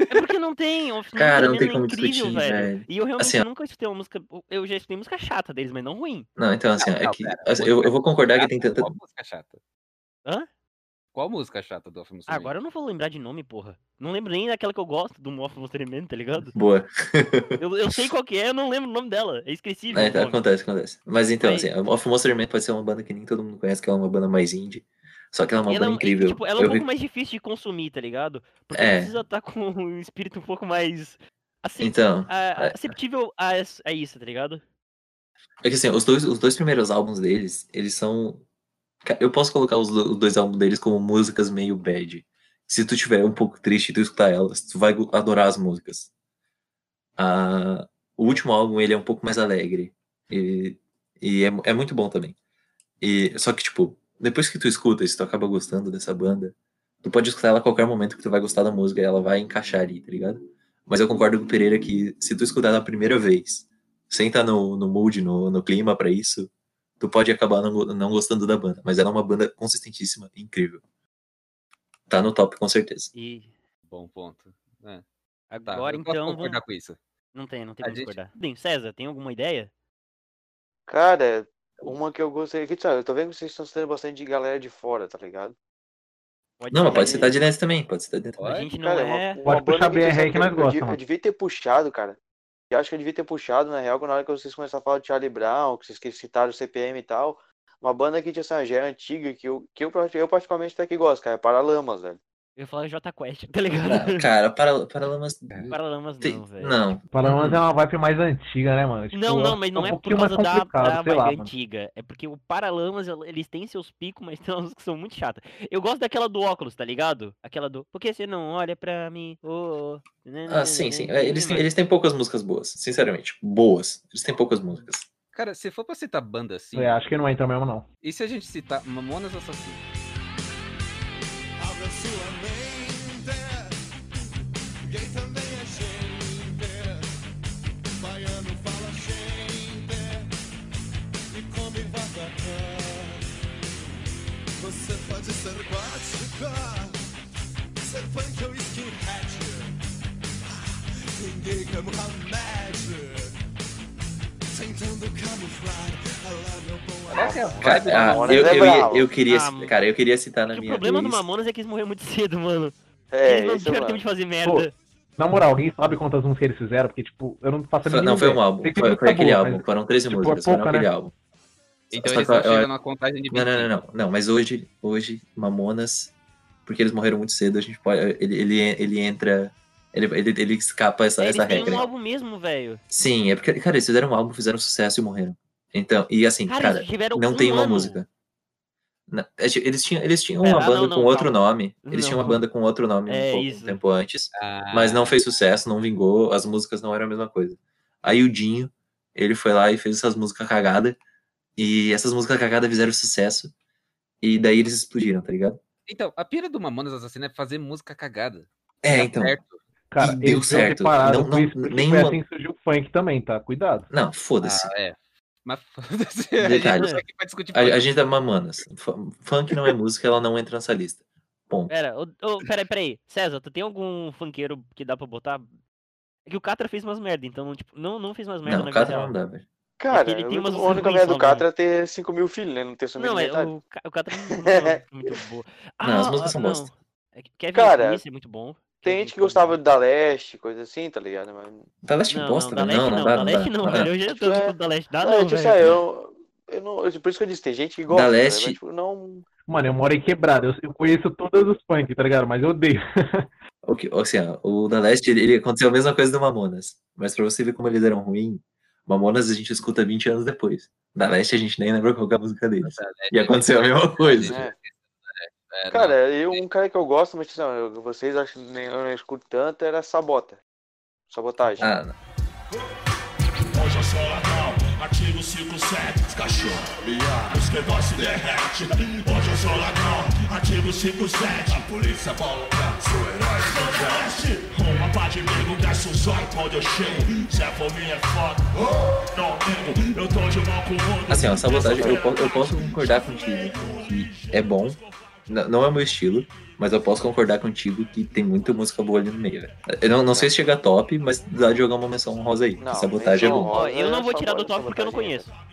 é porque não tem, o filme Cara, não é tem como incrível, discutir, velho. velho. E eu realmente Assim, ó. nunca escutei uma música, eu já escutei música chata deles, mas não ruim. Não, então assim, Não, é não, que. pera, assim, eu, eu vou concordar que tem Chata? tanta. Qual música chata? Hã? Qual música chata do Off Monster Ah, agora eu não vou lembrar de nome, porra. Não lembro nem daquela que eu gosto, do Morph Monster Man, tá ligado? Boa. Eu, eu sei qual que é, eu não lembro o nome dela. É esquecível. É, o tá, nome. acontece, acontece. Mas então, Mas- assim, a Off Monster Man pode ser uma banda que nem todo mundo conhece, que ela é uma banda mais indie. Só que ela é uma E ela, é banda um- e, incrível. tipo, ela é um Eu pouco vi- mais difícil de consumir, tá ligado? Porque É. precisa estar com um espírito um pouco mais. Assim, Então, a- é. aceitível a, es- a isso, tá ligado? é que assim, os dois, os dois primeiros álbuns deles, eles são. Ca- Eu posso colocar os do- os dois álbuns deles como músicas meio bad. Se tu tiver um pouco triste e tu escutar elas, tu vai go- adorar as músicas. Ah, o último álbum, ele é um pouco mais alegre. E, e é, mu- é muito bom também. E, só que, tipo, depois que tu escuta, se tu acaba gostando dessa banda, tu pode escutar ela a qualquer momento que tu vai gostar da música e ela vai encaixar ali, tá ligado? Mas eu concordo com o Pereira que se tu escutar na primeira vez, sem estar no, no mood, no, no clima pra isso, tu pode acabar não, go- não gostando da banda. Mas ela é uma banda consistentíssima, incrível. Tá no top, com certeza. E Bom ponto. Tá, agora eu posso então. concordar vamos- com isso. Não tem, não tem A como gente- discordar. Bem, César, tem alguma ideia? Cara, uma que eu gostaria que, sabe, eu tô vendo que vocês estão citando bastante de galera de fora, tá ligado? Pode Não, mas pode ser- citar de dentro também, pode citar de dentro. A Pode? gente não Cara, uma- é. uma Pode banda puxar eu tô BR aí que sabendo- nós eu gostamos, devia- Eu mano. devia ter puxado, cara. Eu acho que eu devia ter puxado, na real, que na hora que vocês começaram a falar de Charlie Brown, que vocês que citaram o CPM e tal. Uma banda que tinha essa já é antiga, que eu, que eu, prati- eu particularmente até que gosto, cara. É Paralamas, velho. Eu falo J Quest, tá ligado? Não, cara, para, Paralamas. Paralamas tem- não, velho. Não, Paralamas é uma vibe mais antiga, né, mano? Tipo, Não, é não, um- mas é não um é por pouquinho mais causa da, complicado, da sei lá, vibe mano. antiga. É porque o Paralamas, ela- eles têm seus picos, mas tem umas que são muito chatas. Eu gosto daquela do óculos, tá ligado? Aquela do. Por que você não olha pra mim? Ô, ô, né, né, Ah, sim, né, sim. né, É, Eles né, têm, eles têm poucas músicas boas, sinceramente. Boas. Eles têm poucas músicas. Cara, se for pra citar banda assim, É, acho que não entra mesmo, não. e se a gente citar Mamonas Assassinas? Abra sua mente, quem também é gente. Baiano fala gente e come vaca. Você pode ser gótica, ser punk ou skinhead. acender como remédio. Tentando camuflar a lábio boa. Qual que é a vibe Cara, ah, do Mamonas eu, é eu ia- bravo. eu queria, né? Ah, mano. cara, eu queria citar na Porque o minha problema do playlist- Mamonas é que eles morreram muito cedo, mano. É, eles não isso, tiveram tempo mano. de fazer merda. Na moral, alguém sabe quantas músicas eles fizeram? Porque, tipo, eu não faço a Foi- mínima Não, foi um ideia. álbum. Tem que Foi, ver foi se tá aquele bom, álbum. mas- Foram 13 tipo, é músicas, foi pouca, aquele né? álbum. Então Só eles que eu- estão eu- chegando na contagem de 20. Não, não, não, não, não. Mas hoje, hoje, Mamonas, porque eles morreram muito cedo, a gente pode. Ele, ele, ele entra. Ele, ele, ele escapa essa, eles essa têm regra. um álbum mesmo, velho. Sim, é porque, cara, eles fizeram um álbum, fizeram sucesso e morreram. Então, e assim, Cara, cara, eles tiveram não um tem uma ano. música. Na- é tipo, Eles tinham, eles tinham Pera, uma ah, banda não, não, com outro calma. nome. Eles Não. tinham uma banda com outro nome um, É pouco, um isso. tempo antes, Ah, mas não fez sucesso, não vingou, as músicas não eram a mesma coisa. Aí o Dinho, ele foi lá e fez essas músicas cagadas, e essas músicas cagadas fizeram sucesso, e daí eles explodiram, tá ligado? Então, a pira do Mamonas Assassino é fazer música cagada. É, Tá então. certo. Cara, E deu eles certo. separaram Não- com não- isso, porque nenhuma- foi assim que surgiu o funk também, tá? Cuidado. Não, foda-se. Um Ah, é. Mas foda-se. A gente Detalhe. não tá aqui pra discutir A, a funk. gente é Mamonas. Fu- Funk não é música, ela não entra nessa lista. Ponto. Pera, ô, ô, peraí, peraí. César, tu tem algum funkeiro que dá pra botar? É que o Catra fez umas merda, então não, tipo, não, não fez umas merda Não, na o vida cara real. não dá, velho. Cara, é ele tem o umas único- a única opções mulher do só, né? Catra é ter 5 mil filhos, né? Não ter sumido Não, é, metade. o, Ca- o Catra não não é muito boa. Não, as Ah, músicas são não. bosta. É que Kevin Cara, Smith é muito bom. Tem Kevin gente que Smith é gostava muito da Leste, coisa assim, tá ligado? Mas... Tá bom. leste não, bosta, não, da velho. Leste Não, não, dá, da não Leste dá, não, não dá. velho. Eu já tô É, tipo da Leste, né? dá é, não, tipo, sabe, velho. eu, eu não, eu- por isso que eu disse, tem gente que gosta, né, Leste- mas, tipo, não... Mano, eu moro em quebrada. Eu, eu conheço todas os funk, tá ligado? Mas eu odeio. O, que, assim, ó, o da Leste, ele, ele aconteceu a mesma coisa do Mamonas. Mas pra você ver como eles eram ruim, Mamonas a gente escuta 20 anos depois. Da Leste a gente nem lembra qual que é a música deles. E aconteceu a mesma coisa. né? É, não. Cara, eu, um cara que eu gosto, mas não, eu- vocês acham que nem eu não escuto tanto, era Sabota. Sabotagem. Ah, não. Hoje é só Natal, artigo 57, os cachorros, os que nós se derrete. Hoje é só Natal, artigo 57, a polícia volta, seu herói se veste. Uma pá de amigo desce o zóio quando eu chego, se a fominha é foda, oh, não nego, eu tô de mal com o mundo. Assim, ó, sabotagem, eu, po- eu posso concordar contigo que é bom. n- Não é meu estilo, mas eu posso concordar contigo que tem muita música boa ali no meio, velho. Eu não, não sei se chega top, mas dá de jogar uma menção honrosa aí. Não, sabotagem é menção bom. Ó, Rosa, eu não vou tirar do Sabota, top porque eu não Sabotagem, conheço.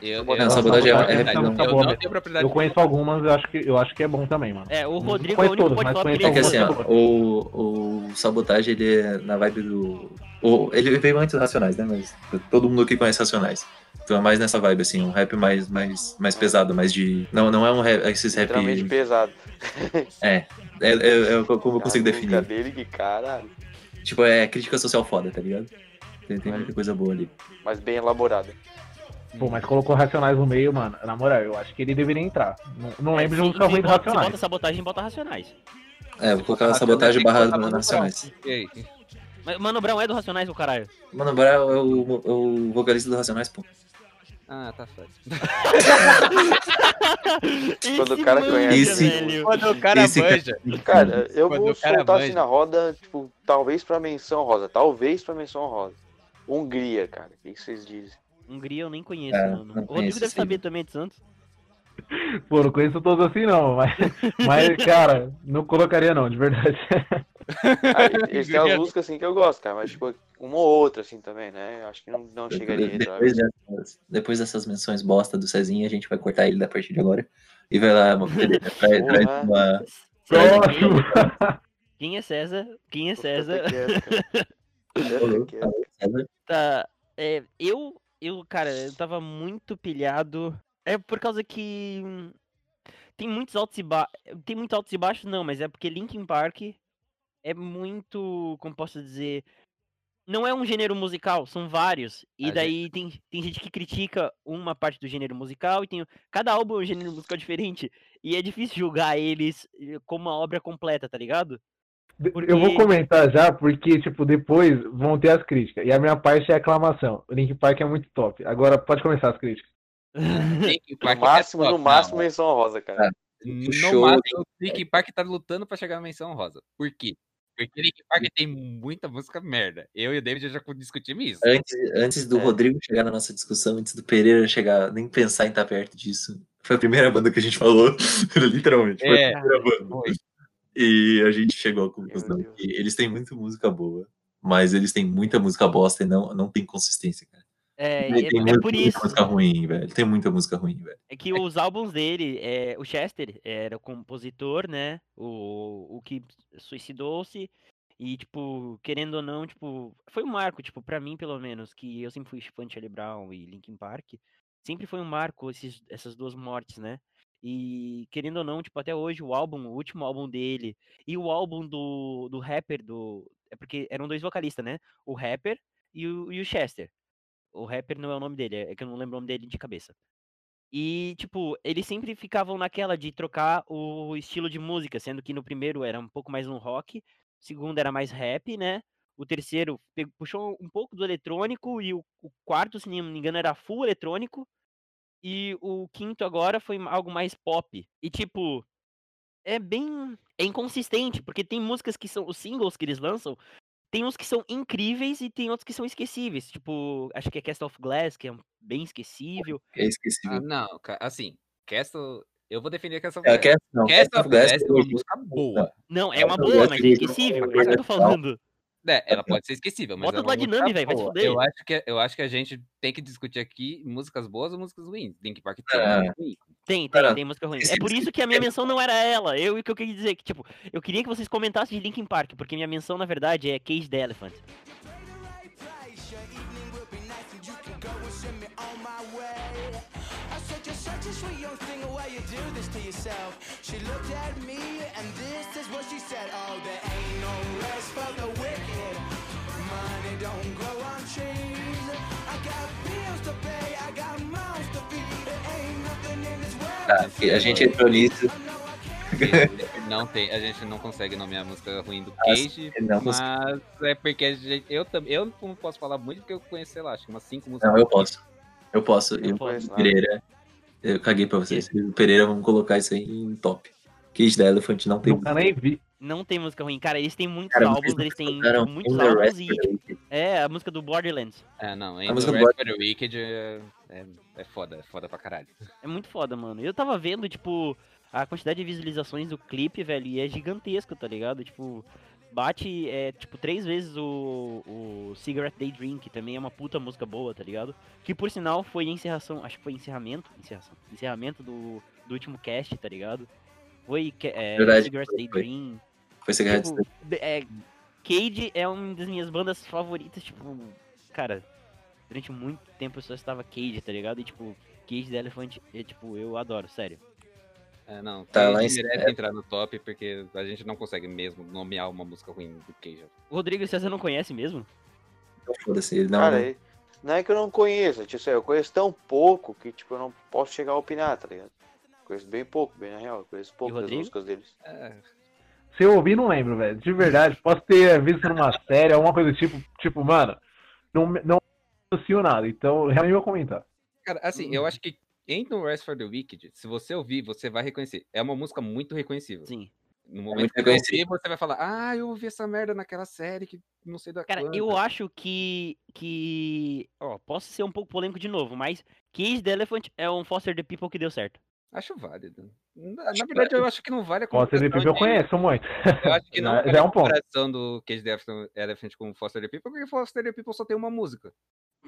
Eu, Não, eu- sabotagem é- é eu verdade, não- não. Eu não tenho propriedade. Eu conheço algumas, eu acho que, eu acho que é bom também, mano. É, o Uhum. Não Rodrigo é o conheço único que todos, pode mas falar porque conheço ele É que algumas. assim, ó, Sabotagem. o, o Sabotagem, ele é na vibe do. O, ele veio antes dos Racionais, né? Mas todo mundo aqui conhece Racionais. Então é mais nessa vibe, assim, um rap mais, mais, mais pesado, mais de. Não, não é um rap. Esses rap. Extremamente pesado. É, é- é como eu consigo a música definir. dele, que cara, Tipo, é crítica social foda, tá ligado? Tem, tem muita coisa boa ali. mas bem elaborada. Pô, mas colocou Racionais no meio, mano. Na moral, eu acho que ele deveria entrar. Não, não lembro de se- música se ruim do bota- se Racionais. bota sabotagem, bota racionais. É, vou colocar Sabotagem barra Nacionais. E aí? Mas Mano Brown é do Racionais, o caralho. Mano, Brown é o, é o vocalista do Racionais, pô. Ah, tá fácil. Quando o Esse cara manja, conhece- velho. Quando o cara Esse é ca- manja. Cara, eu Quando vou o cara soltar assim manja. na roda, tipo, talvez pra menção rosa, talvez pra menção rosa. Hungria, cara, o que que vocês dizem? Hungria eu nem conheço, É, mano. não o conheço Rodrigo deve esse aí, saber mano. também de Santos. Pô, não conheço todos assim, não. Mas, mas cara, não colocaria, não, de verdade. Cara, eles têm umas músicas assim que eu gosto, cara, mas tipo, uma ou outra assim também, né? Eu Acho que não, não chegaria a entrar. Depois dessas, depois dessas menções bosta do Cezinha, a gente vai cortar ele da partir de agora. E vai lá, mano, ele traz, traz Porra. uma. César, quem- Próximo. Quem é César? Quem é Pô, fica César? quieto, cara. Fica quieto. Tá. é, eu, eu, cara, eu tava muito pilhado. É por causa que. hum, Tem muitos altos e baixos. Tem muito altos e baixos, não, mas é porque Linkin Park é muito. Como posso dizer? Não é um gênero musical, são vários. A E Ah, gente- daí tem, tem gente que critica uma parte do gênero musical e tem. Cada álbum é um gênero musical diferente. E é difícil julgar eles eh, como uma obra completa, tá ligado? Porque- Eu vou comentar já, porque, tipo, depois vão ter as críticas. E a minha parte é aclamação. O Link Park é muito top. Agora pode começar as críticas. Linkin No Park é máximo, top, no não. máximo, menção rosa, cara. No Puxou, máximo, o Linkin Park tá lutando pra chegar na menção rosa. Por quê? Porque Linkin Park tem muita música merda. Eu e o David já discutimos isso. Antes, antes do É. Rodrigo chegar na nossa discussão, antes do Pereira chegar, nem pensar em estar perto disso. Foi a primeira banda que a gente falou, literalmente. Foi É, a primeira banda. foi. E a gente chegou à conclusão Meu Deus. que eles têm muita música boa. Mas eles têm muita música bosta e não, não tem consistência, cara. É, Tem- é- tem é muita, por muita isso. música ruim, velho. Tem muita música ruim, velho. É que os álbuns dele, é, o Chester era o compositor, né? O, o que suicidou-se. E, tipo, querendo ou não, tipo, foi um marco, tipo, pra mim, pelo menos, que eu sempre fui fã de Charlie Brown e Linkin Park. Sempre foi um marco esses, essas duas mortes, né? E, querendo ou não, tipo, até hoje o álbum, o último álbum dele e o álbum do, do rapper, do. É porque eram dois vocalistas, né? O rapper e o, e o Chester. O rapper não é o nome dele, é que eu não lembro o nome dele de cabeça. E, tipo, eles sempre ficavam naquela de trocar o estilo de música, sendo que no primeiro era um pouco mais um rock, o segundo era mais rap, né? O terceiro pe- puxou um pouco do eletrônico, e o, o quarto, se não me engano, era full eletrônico. E o quinto agora foi ma- algo mais pop. E, tipo, é bem. É inconsistente, porque tem músicas que são. Os singles que eles lançam. Tem uns que são incríveis e tem outros que são esquecíveis. Tipo, acho que é Cast of Glass, que é um- bem esquecível. É esquecível. Ah, não, ca- assim, Castle. Eu vou defender Castle. É, Black. Cast- não, Cast Cast of of Glass Glass é eu uma gosto- música boa. Não, é Eu uma não boa, gosto mas de é música esquecível. boa, É isso que eu tô né? falando. É, ela pode ser esquecível, mas. Bota ela é do uma música Adinami, velho, vai se boa. fuder. Eu acho, que, é, eu acho que a gente tem que discutir aqui músicas boas ou músicas ruins. Link Park tem Ah. música ruim. Tem, tem, Cara, tem música ruim. esse- É por esse isso que a minha menção não era ela. Eu e o que eu queria dizer que, tipo, eu queria que vocês comentassem de Linkin Park, porque minha menção, na verdade, é Cage the Elephant. Oh, Tá, a gente entrou nisso. Cage, não tem, a gente não consegue nomear a música ruim do Cage, Não, não, mas é porque a gente, eu também, eu não posso falar muito porque eu conheci sei lá, acho que umas cinco músicas. não, eu posso. Eu posso. Não Eu, conheço nada. Pereira. Eu caguei pra vocês. O Pereira, vamos colocar isso aí em top. Kiss da Elephant não tem. Nunca nem vi. Não tem música ruim. Cara, eles têm muitos Cara, vocês álbuns, não eles têm colocaram tipo, muitos In the álbuns e, tipo, Raspberry. é, a música do Borderlands. É, não, A End música the do Rest for the Wicked é, é, é foda, é foda pra caralho. É muito foda, mano. Eu tava vendo, tipo, a quantidade de visualizações do clipe, velho, e é gigantesco, tá ligado? Tipo, bate, é, tipo, três vezes o, o Cigarette Daydream, que também é uma puta música boa, tá ligado? Que, por sinal, foi a encerração, acho que foi encerramento, encerração, encerramento do, do último cast, tá ligado? Foi que- é, Verdade, Cigarette foi, foi. Daydream, Foi esse Tipo, be- é, Cage é uma das minhas bandas favoritas, tipo, cara, durante muito tempo eu só estava Cage, tá ligado? E tipo, Cage the Elephant, é, tipo, eu adoro, sério. É, não, Tá, Cage lá em- merece entrar no top porque a gente não consegue mesmo nomear uma música ruim do Cage. O Rodrigo César não conhece mesmo? Então, foda-se. ele Não, Cara, né? não. e- não é que eu não conheça, tipo, eu conheço tão pouco que tipo, eu não posso chegar a opinar, tá ligado? Conheço bem pouco, bem na real, eu conheço pouco das Rodrigo? músicas deles. É, Se eu ouvir, não lembro, velho. De verdade, posso ter visto numa série, alguma coisa do tipo, tipo, mano, não, não associo nada, então realmente vou comentar. cara, assim, Uhum. eu acho que End the Rest for the Wicked, se você ouvir, você vai reconhecer. É uma música muito reconhecível. Sim. No muito momento que eu reconhecido. ouvir, você vai falar, ah, eu ouvi essa merda naquela série que não sei da Cara, quanta." eu acho que. que. Ó, posso ser um pouco polêmico de novo, mas Cage the Elephant é um Foster the People que deu certo. Acho válido. Na, Acho na verdade, eu acho que não vale a Nossa, comparação eu de- conheço muito. Eu acho que não Já- vale já é a um ponto. comparação do Cage the Elephant- Elephant com Foster the People, porque Foster the People só tem uma música.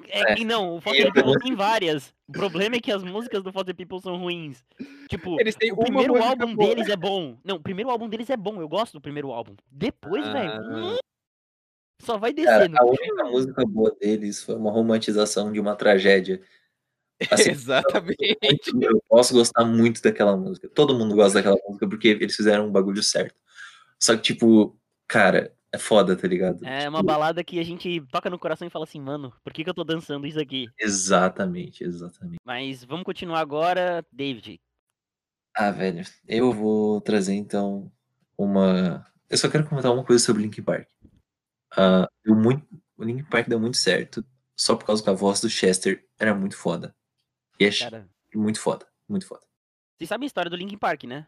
É, É. e não, o eu Foster the People também. tem várias. O problema é que as músicas do Foster People são ruins. Tipo, Eles têm O uma primeiro música Tá álbum boa. deles é bom. Não, o primeiro álbum deles é bom. Eu gosto do primeiro álbum. Depois, velho. hum, Só vai Cara, descendo. a única música boa deles foi uma romantização de uma tragédia. é Assim, Exatamente. eu posso gostar muito daquela música. Todo mundo gosta daquela música porque eles fizeram um bagulho certo. Só que, tipo, cara, é foda, tá ligado? É uma Tipo, balada que a gente toca no coração e fala assim, mano, por que, que eu tô dançando isso aqui? Exatamente, exatamente. Mas vamos continuar agora, David. Ah, velho, eu vou trazer então uma. Eu só quero comentar uma coisa sobre Linkin Park. Ah, deu muito... O Linkin Park deu muito certo só por causa que a voz do Chester era muito foda. E é ch- Cara, muito foda, muito foda. vocês sabem a história do Linkin Park, né?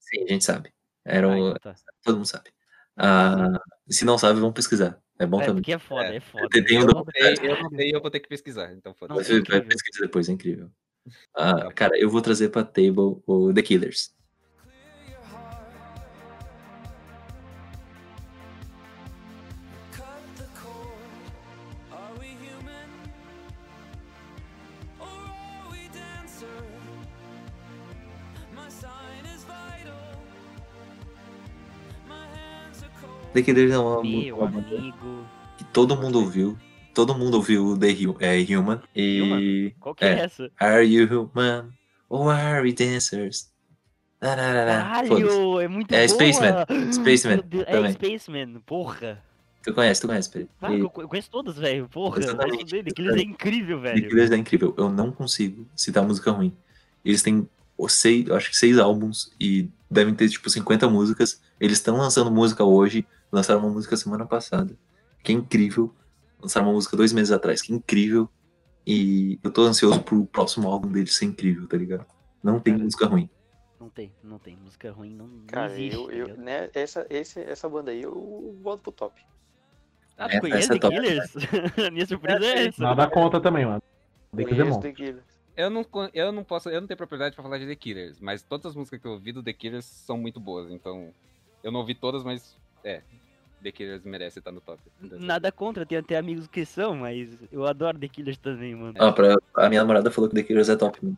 Sim, a gente sabe. Era Ah, o- então tá. Todo mundo sabe. Ah, se não sabe, vão pesquisar. É bom É, também. porque é foda, É, é foda. tem- tem um é foda. documentário. Eu não sei, eu vou ter que pesquisar, então Não, Vai, foda-se. é vai incrível. pesquisar depois, é incrível. Ah, Tá bom. cara, eu vou trazer pra table o The Killers. Cut the The Killers é uma Meu uma banda amigo. que todo mundo ouviu. Todo mundo ouviu o The Hu- é, Human. E. Qual que é, É. essa? Are you human? Or are we dancers? Na, na, na, na. Ah, Foda-se. Caralho, é muito É boa. Spaceman, Spaceman Meu Deus, É também. Spaceman, porra. Tu conhece, tu conhece, Pedro. Claro, que eu co- eu conheço todas, velho. Porra, eu Exatamente. gosto dele. Aquilo é incrível, E velho. Killers é incrível. Eu não consigo citar música ruim. Eles têm os seis, eu acho que seis álbuns e devem ter tipo 50 músicas. Eles estão lançando música hoje, lançaram uma música semana passada, que é incrível. Lançaram uma música dois meses atrás, que é incrível. E eu tô ansioso pro próximo álbum deles ser incrível, tá ligado? Não tem música ruim. Não tem, não tem. Música ruim não, não Cara, existe. eu, tá eu, ligado? né, essa, esse, essa banda aí eu boto pro top. Ah, essa tu conhece é The top. Killers? A minha surpresa é essa. Nada conta também, mano. The Kids é Conheço bom. The Killers. Eu não, con- eu não posso, eu não tenho propriedade pra falar de The Killers, mas todas as músicas que eu ouvi do The Killers são muito boas, então eu não ouvi todas, mas é, The Killers merece estar no top. Então, Nada contra, tenho até amigos que são, mas eu adoro The Killers também, mano. Ah, pra, a minha namorada falou que The Killers é top. né?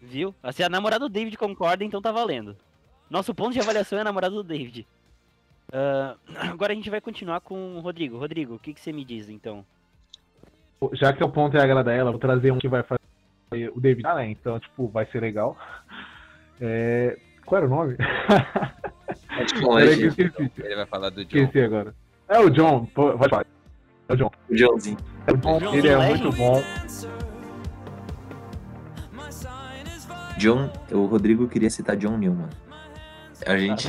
Viu? Ah, Se a namorada do David concorda, então tá valendo. Nosso ponto de avaliação é a namorada do David. Ah, agora a gente vai continuar com o Rodrigo. Rodrigo, o que, que você me diz, então? Já que o ponto é agradar ela, eu vou trazer um que vai fazer o David Allen, então, tipo, vai ser legal. É... Qual era o nome? é Peraí que eu esqueci, Ele vai falar do John. esqueci agora. É o John, pô, vai falar. É o John. O Johnzinho. É o John. Ele é muito bom. John, o Rodrigo queria citar John Newman. A gente.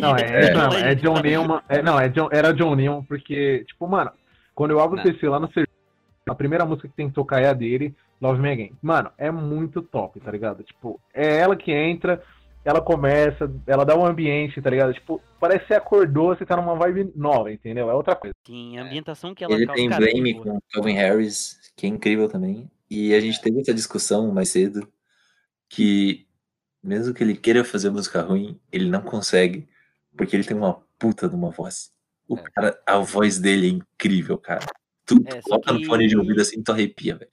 Não, é, É. não, é John Newman. É, não, é John, era John Newman, porque, tipo, mano, quando eu abro Não. o PC lá no serviço, a primeira música que tem que tocar é a dele, Love Me Again. Mano, é muito top, tá ligado? Tipo, é ela que entra, ela começa, ela dá um ambiente, tá ligado? Tipo, parece que você acordou, você tá numa vibe nova, entendeu? É outra coisa. Sim, a ambientação que ela Ele causa- tem cara, tipo, Blame pô, com o Calvin Harris, que é incrível também. E a gente teve essa discussão mais cedo que mesmo que ele queira fazer música ruim, ele não consegue, porque ele tem uma puta de uma voz. O É. cara, a voz dele é incrível, cara. Tu É, só coloca que- no fone de ouvido assim, tu arrepia, velho.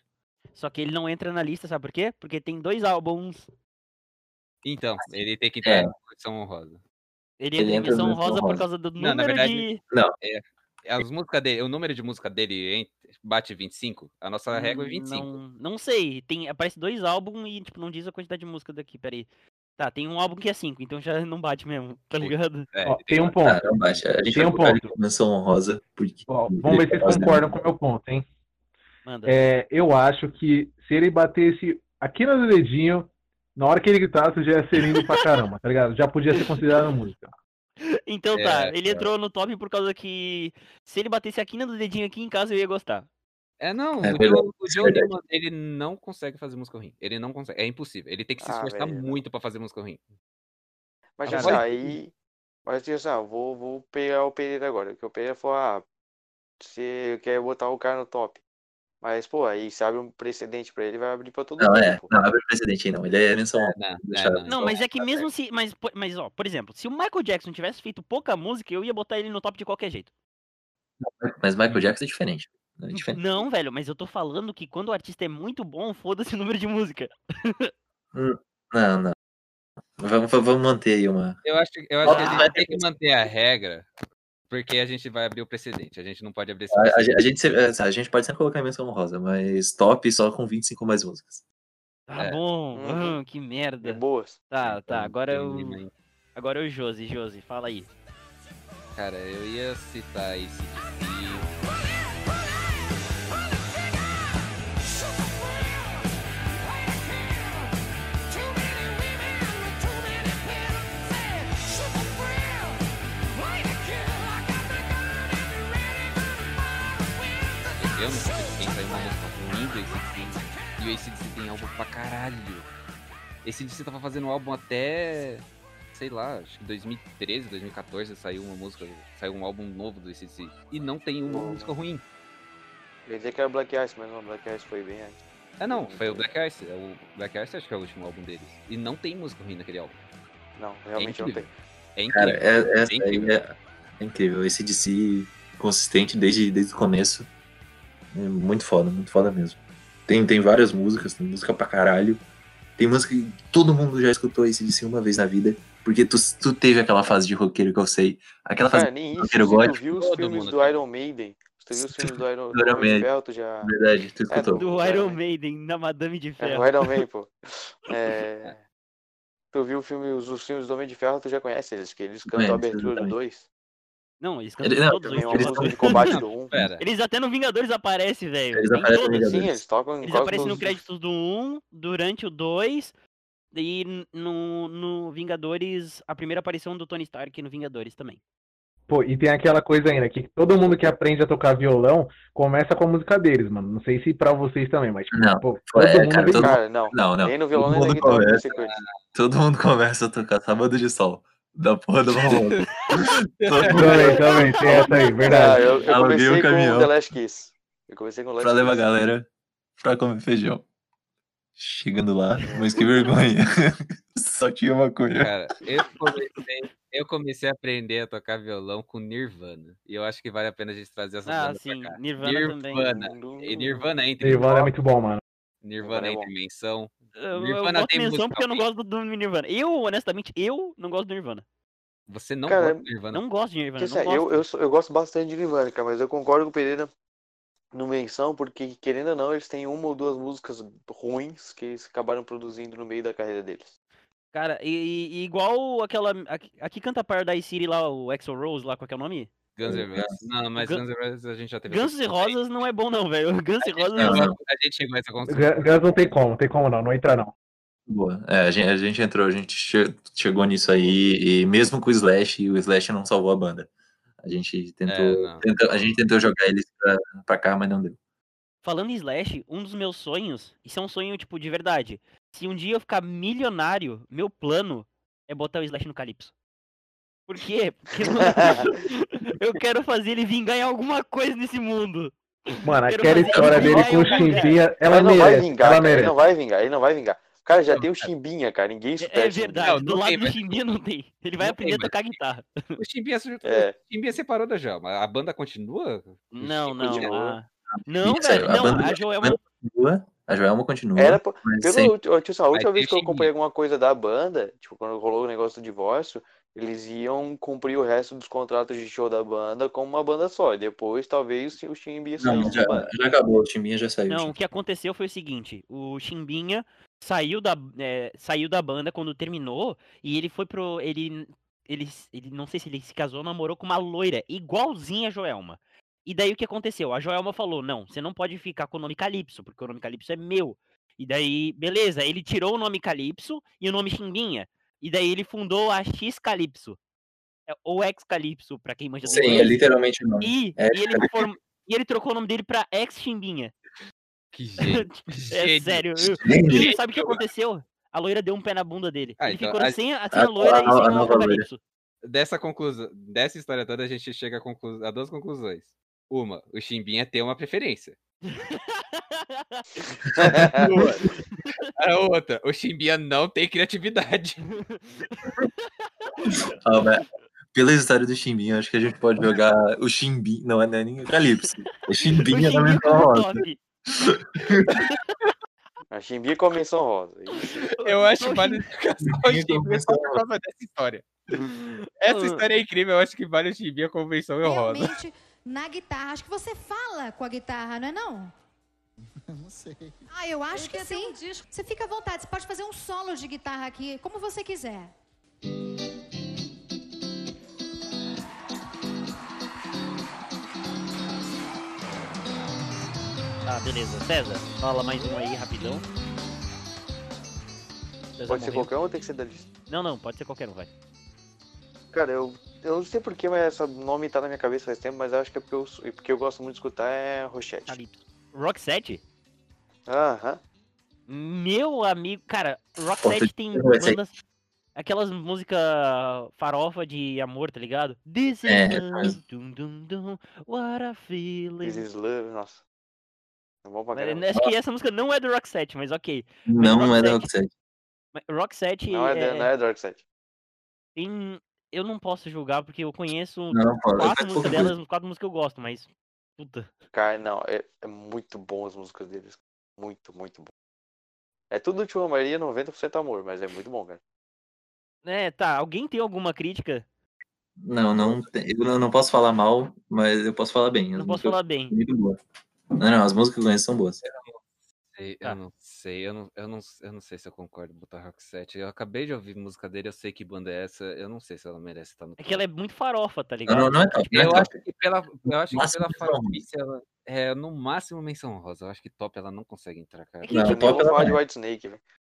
Só que ele não entra na lista, sabe por quê? Porque tem dois álbuns. Então, Assim, ele tem que entrar É. na posição honrosa. Ele, Ele entra em entra menção na rosa por honrosa. causa do Não, número na verdade, de. É. As músicas dele, o número de música dele hein, bate 25, a nossa régua é Hum, 25. Não, não sei, tem, aparece dois álbuns e tipo, não diz a quantidade de música daqui, peraí. Tá, tem um álbum que é cinco, então já não bate mesmo, tá Putz. ligado? É, Ó, ele tem um ponto. Cara, não baixa. A gente Tem vai um colocar ele ponto. como menção honrosa, porque. Ó, vamos ver se ele- vocês concordam com o meu ponto, hein? Manda. É, eu acho que se ele batesse aqui no dedinho, na hora que ele gritasse, já ia ser lindo pra caramba, tá ligado? Já podia ser considerado música. Então tá, é, ele entrou no top por causa que se ele batesse aqui no dedinho aqui em casa eu ia gostar. É, não, É o, verdade, Joe, o isso é Joe verdade. Newman, ele não consegue fazer música ruim. Ele não consegue, é impossível. Ele tem que se Ah, esforçar velho, não. muito pra fazer música ruim. Mas Ah, já vai. saí. Mas já sabe, eu vou, vou pegar o Pereira agora. Porque o Pereira falou, ah, você quer botar o cara no top. Mas, pô, aí se abre um precedente pra ele, vai abrir pra todo Não, mundo. é. pô. Não, abre o precedente aí, não. Ele é menção honrosa. Não, deixa- não, Não, Então, mas é que tá mesmo se. Mas, po- mas ó, por exemplo, se o Michael Jackson tivesse feito pouca música, eu ia botar ele no top de qualquer jeito. Mas Michael Jackson é diferente. É diferente. Não, velho, mas eu tô falando que quando o artista é muito bom, foda-se o número de música. Uhum. Não, não. Vamos, vamos manter aí uma. Eu acho, eu acho que a Ah, gente tem que manter a regra, porque a gente vai abrir o precedente. A gente não pode abrir esse A, a- a precedente. gente, se- é, a gente pode sempre colocar em menção honrosa, mas top só com 25 mais músicas. Tá É. bom, Uhum. ah, que De merda. boas. Tá, tá, Então, agora tem eu. limite. Agora o Josi, Josi, fala aí. Cara, eu ia citar esse aqui. Eu não consigo pensar em uma música ruim do ACDC. E o ACDC tem álbum pra caralho. Esse DC tava fazendo álbum até. Sei lá, acho que 2013, 2014 saiu uma música. Saiu um álbum novo do ACDC. E não tem uma música ruim. Eu ia dizer que era Black Ice, mas não, Black Ice foi bem antes. É não, foi o Black Ice. é O Black Ice acho que é o último álbum deles. E não tem música ruim naquele álbum. Não, realmente não incrível. tem. É Cara, incrível. é, essa é aí incrível. é, é incrível. Esse DC consistente desde, desde o começo. É muito foda, muito foda mesmo. Tem, tem várias músicas, tem música pra caralho. Tem música que todo mundo já escutou esse DC uma vez na vida, Porque tu, tu teve aquela fase de roqueiro que eu sei. Aquela fase Cara, nem isso. Se roqueiro tu gótico. viu os todo filmes mundo do tem. Iron Maiden, se tu viu os filmes do Iron, Do Iron do Homem de Maiden. Ferro, tu já. Verdade, tu escutou. Do Iron Maiden na Madame de É, Ferro. o Iron Man, pô. É, Tu viu o filme, os, os filmes do Homem de Ferro, tu já conhece eles, que eles cantam a Conheço, abertura do exatamente. 2. Não, eles Ele- cantam não, todos Tem uma os eles- música de combate do 1. Um. é Pera. Eles até no Vingadores aparecem, velho. Eles Em aparecem no todos. Vingadores. Sim, eles tocam em Eles quase aparecem no todos os- créditos do 1, durante o 2, e n- no, no Vingadores, a primeira aparição do Tony Stark no Vingadores também. Pô, e tem aquela coisa ainda, que todo mundo que aprende a tocar violão começa com a música deles, mano. Não sei se pra vocês também, mas tipo, Não, pô, foi- todo é, mundo cara, vem- todo- Cara, não. Não, não. é Nem no violão, nem Todo na mundo guitarra. começa. você curte. Todo mundo começa a tocar Sábado de Sol. Da porra do Marrom. Todo mundo Também, também, tem essa aí, Ah, verdade. eu, Aluguei eu o comecei com caminhão. The Last Kiss. Eu comecei com The Last pra levar a Kiss. galera pra comer feijão. Chegando lá, mas que vergonha. Só tinha uma coisa. Cara, eu comecei, eu comecei a aprender a tocar violão com Nirvana. E eu acho que vale a pena a gente trazer essa Ah, banda pra sim, cá. Nirvana, também. Nirvana. E Nirvana entre Nirvana é muito bom, mano. Nirvana Nirvana é entre bom. menção. Eu, eu Nirvana boto tem menção música porque eu não ruim? gosto do, do Nirvana. Eu, honestamente, eu não gosto do Nirvana. Você não Cara, gosta de Nirvana? Não gosto de Porque, Nirvana, não assim, gosto. eu, eu, sou- eu gosto bastante de Nirvana, cara, mas eu concordo com o Pereira no menção, porque, querendo ou não, eles têm uma ou duas músicas ruins que eles acabaram produzindo no meio da carreira deles. Cara, e, e- e igual aquela... Aqui, aqui canta Paradise City lá, o Axl Rose lá, qual que é o nome? Guns N' Roses. Não, mas Gun- Guns N' Roses a gente já teve. Guns essa N' discussão. Roses não é bom não, velho. Guns N' Roses... é. Não, não- não. A gente chegou a É, essa conclusão. Gu- Guns não tem como, não tem como não, não entra não. Boa. É, a gente, a gente entrou, a gente che- chegou nisso aí, e mesmo com o Slash, o Slash não salvou a banda. A gente É, tentou, não. tentou- a gente tentou jogar eles pra, pra cá, mas não deu. Falando em Slash, um dos meus sonhos, isso é um sonho, tipo, de verdade. Se um dia eu ficar milionário, meu plano é botar o Slash no Calypso. Por quê? Porque mano, eu quero fazer ele vingar em alguma coisa nesse mundo. Mano, Quero aquela fazer história isso dele em com o algum lugar. Chimbinha, ela Mas não vai merece, vingar, ela cara, ele merece. não vai vingar, ele não vai vingar. Cara, já Não, tem o cara. chimbinha, cara, ninguém É, supera é o Chimbinha. verdade, Não, do não lado tem do mais. Chimbinha não tem. Ele vai Não tem aprender a mais. tocar guitarra. O Chimbinha, se- É. o Chimbinha separou da Joel, mas a banda continua? O Não, Chico não. ah, continua? Não, é Isso, velho, a não. banda- A é Joelma Continua, a Joelma continua, Era, pra- mas Pelo, sem- eu, tio, Sam, a última ter vez que eu chimbinha. acompanhei alguma coisa da banda, tipo, quando rolou o negócio do divórcio, eles iam cumprir o resto dos contratos de show da banda como uma banda só. E depois, talvez, o Chimbinha Não, saísse já, da banda. já acabou, o timinha já saiu. Não, o que aconteceu foi o seguinte: o Chimbinha saiu da, é, saiu da banda quando terminou e ele foi pro. Ele, ele, s- ele. Não sei se ele se casou ou namorou com uma loira, igualzinha a Joelma. E daí o que aconteceu? A Joelma falou: não, você não pode ficar com o nome Calypso, porque o nome Calypso é meu. E daí, beleza, ele tirou o nome Calypso e o nome Chimbinha. E daí ele fundou a X Calypso. é, Ou Ex Calypso, pra quem manja do Sim, é inglês. literalmente o nome. E, é e ele form- e ele trocou o nome dele pra Ex Chimbinha. Que gênio. É gênio. sério. Gênio. E sabe o que aconteceu? A loira deu um pé na bunda dele. Ah, ele então, ficou a- sem a, sem a- a loira a- e sem a o nova loira. apocalipse. Dessa conclusão, dessa história toda, a gente chega a, conclu- a duas conclusões. Uma, o Chimbinha tem uma preferência. A outra, o Chimbinha não tem criatividade. Ah, mas pela história do Chimbinha, acho que a gente pode jogar o Chimbinha. Não, é nem o Calypso. É Chimbinha na mesma roda. A Chimbinha com a menção rosa. Isso. Eu acho válido. válido é o Chimbinha só por causa dessa história. Essa história é incrível, eu acho que vale o Chimbinha como menção honrosa. Realmente, na guitarra. Acho que você fala com a guitarra, não é não? Não sei. Ah, eu acho que sim. Você fica à vontade, você pode fazer um solo de guitarra aqui, como você quiser. Tá, beleza. César, fala mais um aí rapidão. César Pode ser morreu. qualquer um ou tem que ser da lista? Não, não, pode ser qualquer um, vai. Cara, eu, eu não sei porquê, mas esse nome tá na minha cabeça faz tempo, mas eu acho que é porque eu, sou- porque eu gosto muito de escutar é Rochette. Calypso. Tá Roxette? Aham. Meu amigo. Cara, Nossa, Roxette tem que vai ser? bandas. Aquelas músicas farofa de amor, tá ligado? This is É, love, dum, dum, dum, what a feeling. This is love, nossa. É bom pra Uhum. Mas né, caramba. Acho que essa música não é do Roxette, mas ok. Não é da Rockset. Mas Roxette Não é, é- né? não é Dark Side. tem- Eu não posso julgar, porque eu conheço Não, é não pode. quatro músicas delas, quatro músicas que eu gosto, mas. Puta. Cara, não, é, é muito bom as músicas deles. tipo, Muito, muito bom. É tudo Tio Maria 90% amor, mas é muito bom, cara. É, tá. Alguém tem alguma crítica? Não, não, tem- eu não, não posso falar mal, mas eu posso falar bem. Não As posso músicas falar bem. são muito boas. Não, não, as músicas que eu conheço são boas. sei, Tá. Eu não sei, eu não, eu, não, eu não sei se eu concordo com o Botar Rock 7. Eu acabei de ouvir música dele, eu sei que banda é essa, eu não sei se ela merece estar no É que ela é muito farofa, tá Não, ligado? não, não é top, não é Eu top. acho que pela, eu acho que máximo pela menção farofice, ela é no máximo menção rosa. Eu acho que top ela não consegue entrar, cara. É que- Não, Gente, top eu Vamos ela falar de não é. White Snake, né? velho.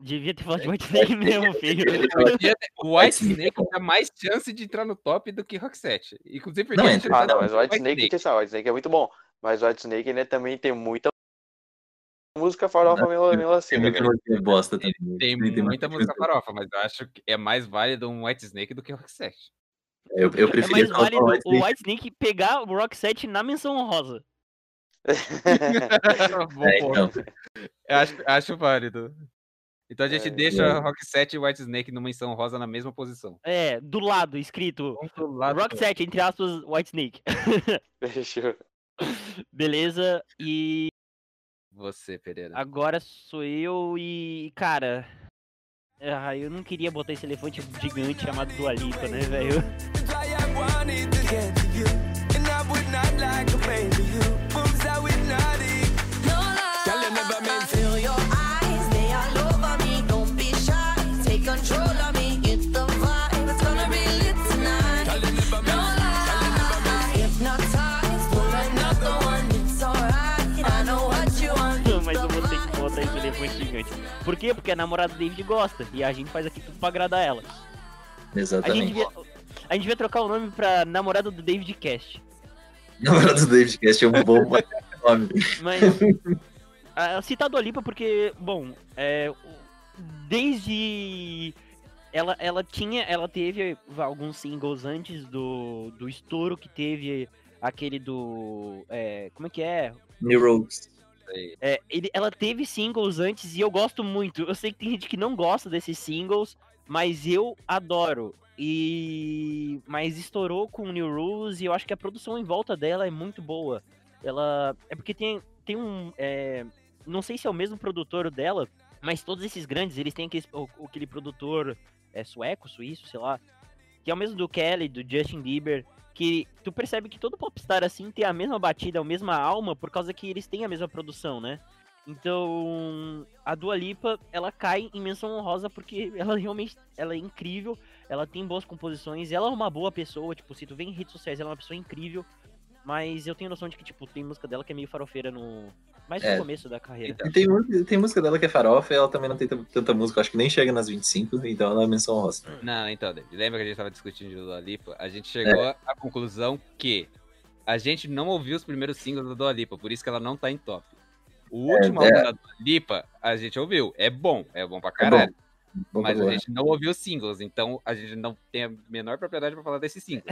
Devia ter falado de White Snake é mesmo, filho. Podia ter- O White Snake é Snake dá mais chance de entrar no top do que Rock 7. Inclusive, porque Não, a é- gente Ah, já não, tá mas no White Snake, atenção, White Snake é muito bom. Mas White Snake né, também tem muita música farofa Não, mel- tem- melancia. Tem muita velho. música bosta também. Tem muita música farofa, mas eu acho que é mais válido um White Snake do que Rock 7. Eu, eu É preferia mais falar válido do White o Snake. White Snake pegar o Rock 7 na menção honrosa. né? Bom É, ponto. então, Eu acho, acho válido. Então a gente É, deixa é. Rock 7 e White Snake numa menção rosa na mesma posição. É, do lado, escrito. Um do é. lado Rock do- 7, entre aspas, White Snake. Fechou. Beleza, e Você, Pereira. agora sou eu e. Cara. ah, eu não queria botar esse elefante gigante chamado Dua Lipa, né, velho? Mas eu vou ter que botar esse elefante gigante. Por quê? Porque a namorada do David gosta. E a gente faz aqui tudo pra agradar ela. A gente exatamente. devia, a gente devia trocar o nome pra namorada do David Cast. Na hora do David Cast é um bom nome. Mas. ah, citar Dua Lipa porque, bom, é, o- desde. Ela, ela tinha. Ela teve alguns singles antes do, do estouro que teve aquele do. é, como é que é? New Roads. É, ele- ela teve singles antes e eu gosto muito. Eu sei que tem gente que não gosta desses singles, mas eu adoro. E mas estourou com New Rules e eu acho que a produção em volta dela é muito boa. Ela é porque tem tem um é, não sei se é o mesmo produtor dela, mas todos esses grandes eles têm aquele, aquele produtor é, sueco, suíço, sei lá, que é o mesmo do Kelly, do Justin Bieber, que tu percebe que todo popstar assim tem a mesma batida, a mesma alma, por causa que eles têm a mesma produção, né? Então, a Dua Lipa, ela cai em menção honrosa porque ela realmente, ela é incrível, ela tem boas composições, ela é uma boa pessoa, tipo, se tu vê em redes sociais, ela é uma pessoa incrível, mas eu tenho noção de que, tipo, tem música dela que é meio farofeira no... Mais no É. começo da carreira. E tem, mu- tem música dela que é farofa e ela também não tem t- tanta música, acho que nem chega nas 25, então ela é menção rosa. Não, então, David, lembra que a gente tava discutindo de Dua Lipa? A gente chegou à conclusão que a gente não ouviu os primeiros singles da Dua Lipa, por isso que ela não tá em top. O último é. álbum da Dua Lipa, a gente ouviu. É bom, é bom pra caralho. Bom mas a problema. gente não ouviu os singles, então a gente não tem a menor propriedade pra falar desses singles.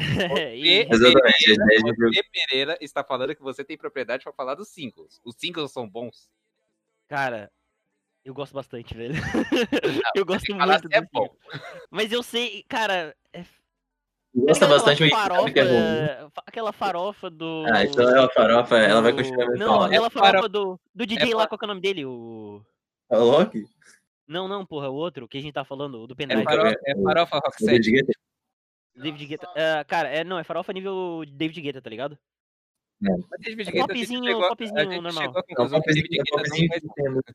E- Exatamente, a gente- a gente- Você, Pereira, está falando que você tem propriedade pra falar dos singles. Os singles são bons. Cara, eu gosto bastante, velho. Ah, eu gosto falar muito se é do bom. filme. Mas eu sei, cara, é gosta aquela bastante, mas farofa, sabe que é bom. fa- aquela farofa do Ah, então é uma farofa, ela vai do- continuar menção Não, rosa. aquela Farofa- É farofa do, do DJ lá, fa- qual que é o nome dele? O É o Loki? Não, não, porra, o outro que a gente tá falando, o do É pendrive. farofa, é farofa rock Eu set. diria que- David Guetta. Ah, cara, é não, é farofa nível David Guetta, tá ligado? Mas David É Guetta, a gente popzinho, chegou- popzinho a gente normal. chegou à É um conclusão que popzinho- David é um Guetta não popzinho faz que tem música.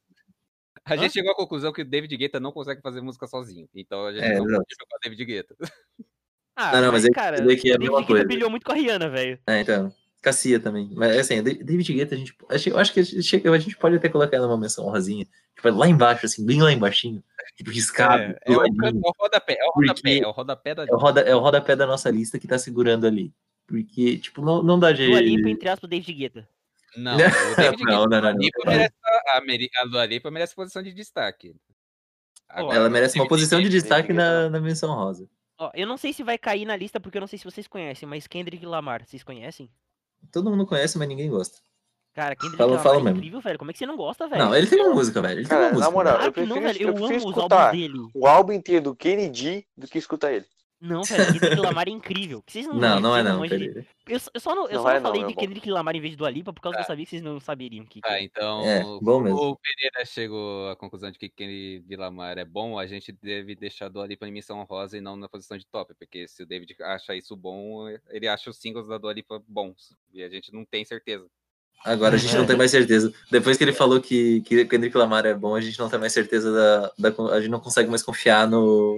A gente Hã? chegou à conclusão que o David Guetta não consegue fazer música sozinho. Então a gente É, não exato. pode jogar o David Guetta. Ah, Não, não, mas é- cara, é que é a David mesma Guetta coisa. brilhou muito com a Rihanna, velho. É, então. Cassia também. Mas assim, Dav- David Guetta, a gente, acho- eu acho que a gente, chega- a gente pode até colocar ela numa menção rosinha. Tipo, lá embaixo, assim, bem lá embaixinho. Tipo, riscado. É, é, o, coladinho. canto- é o rodapé, é o Porque- rodapé, é o rodapé da É o, roda, é o rodapé da nossa lista que tá segurando ali. Porque, tipo, não, não dá jeito. Dua Lipa, entre aspas, David Guetta. Não, o David Não, Guetta. não, não, a não. Lipa merece- A, Meri- a Dua Lipa merece posição de destaque. Agora, Ela merece uma David posição de Guetta- destaque na, David na menção rosa. Ó, eu não sei se vai cair na lista porque eu não sei se vocês conhecem, mas Kendrick Lamar, vocês conhecem? Todo mundo conhece, mas ninguém gosta. Cara, Kendrick Fala- Lamar fala é mesmo. incrível, velho. Como é que você não gosta, velho? Não, ele tem uma música, velho. Ele tem Cara, uma na música. moral, Claro eu que não, prefiro, velho. Eu, eu amo prefiro os escutar álbuns dele. o álbum inteiro do Kennedy do que escutar ele. Não, velho, Kendrick Lamar é incrível. Vocês não Não, vão não é dizer não, longe de- peraí. Eu, s- eu só não, eu Não só não é não, falei meu de bom. É. Kendrick Lamar em vez do Alipa porque causa que eu Tá. sabia que vocês não saberiam o que, que Tá, é. então. É, bom mesmo. O Pereira chegou à conclusão de que Kenny Lamar é bom, a gente deve deixar a Dua Lipa em missão rosa e não na posição de top, porque se o David acha isso bom, eh, ele acha os singles da Dua Lipa bons, e a gente não tem certeza. Agora a gente não tem mais certeza. Depois É. que ele falou que, que Kendrick Lamar é bom, a gente não tem mais certeza da, da con- A gente não consegue mais confiar no.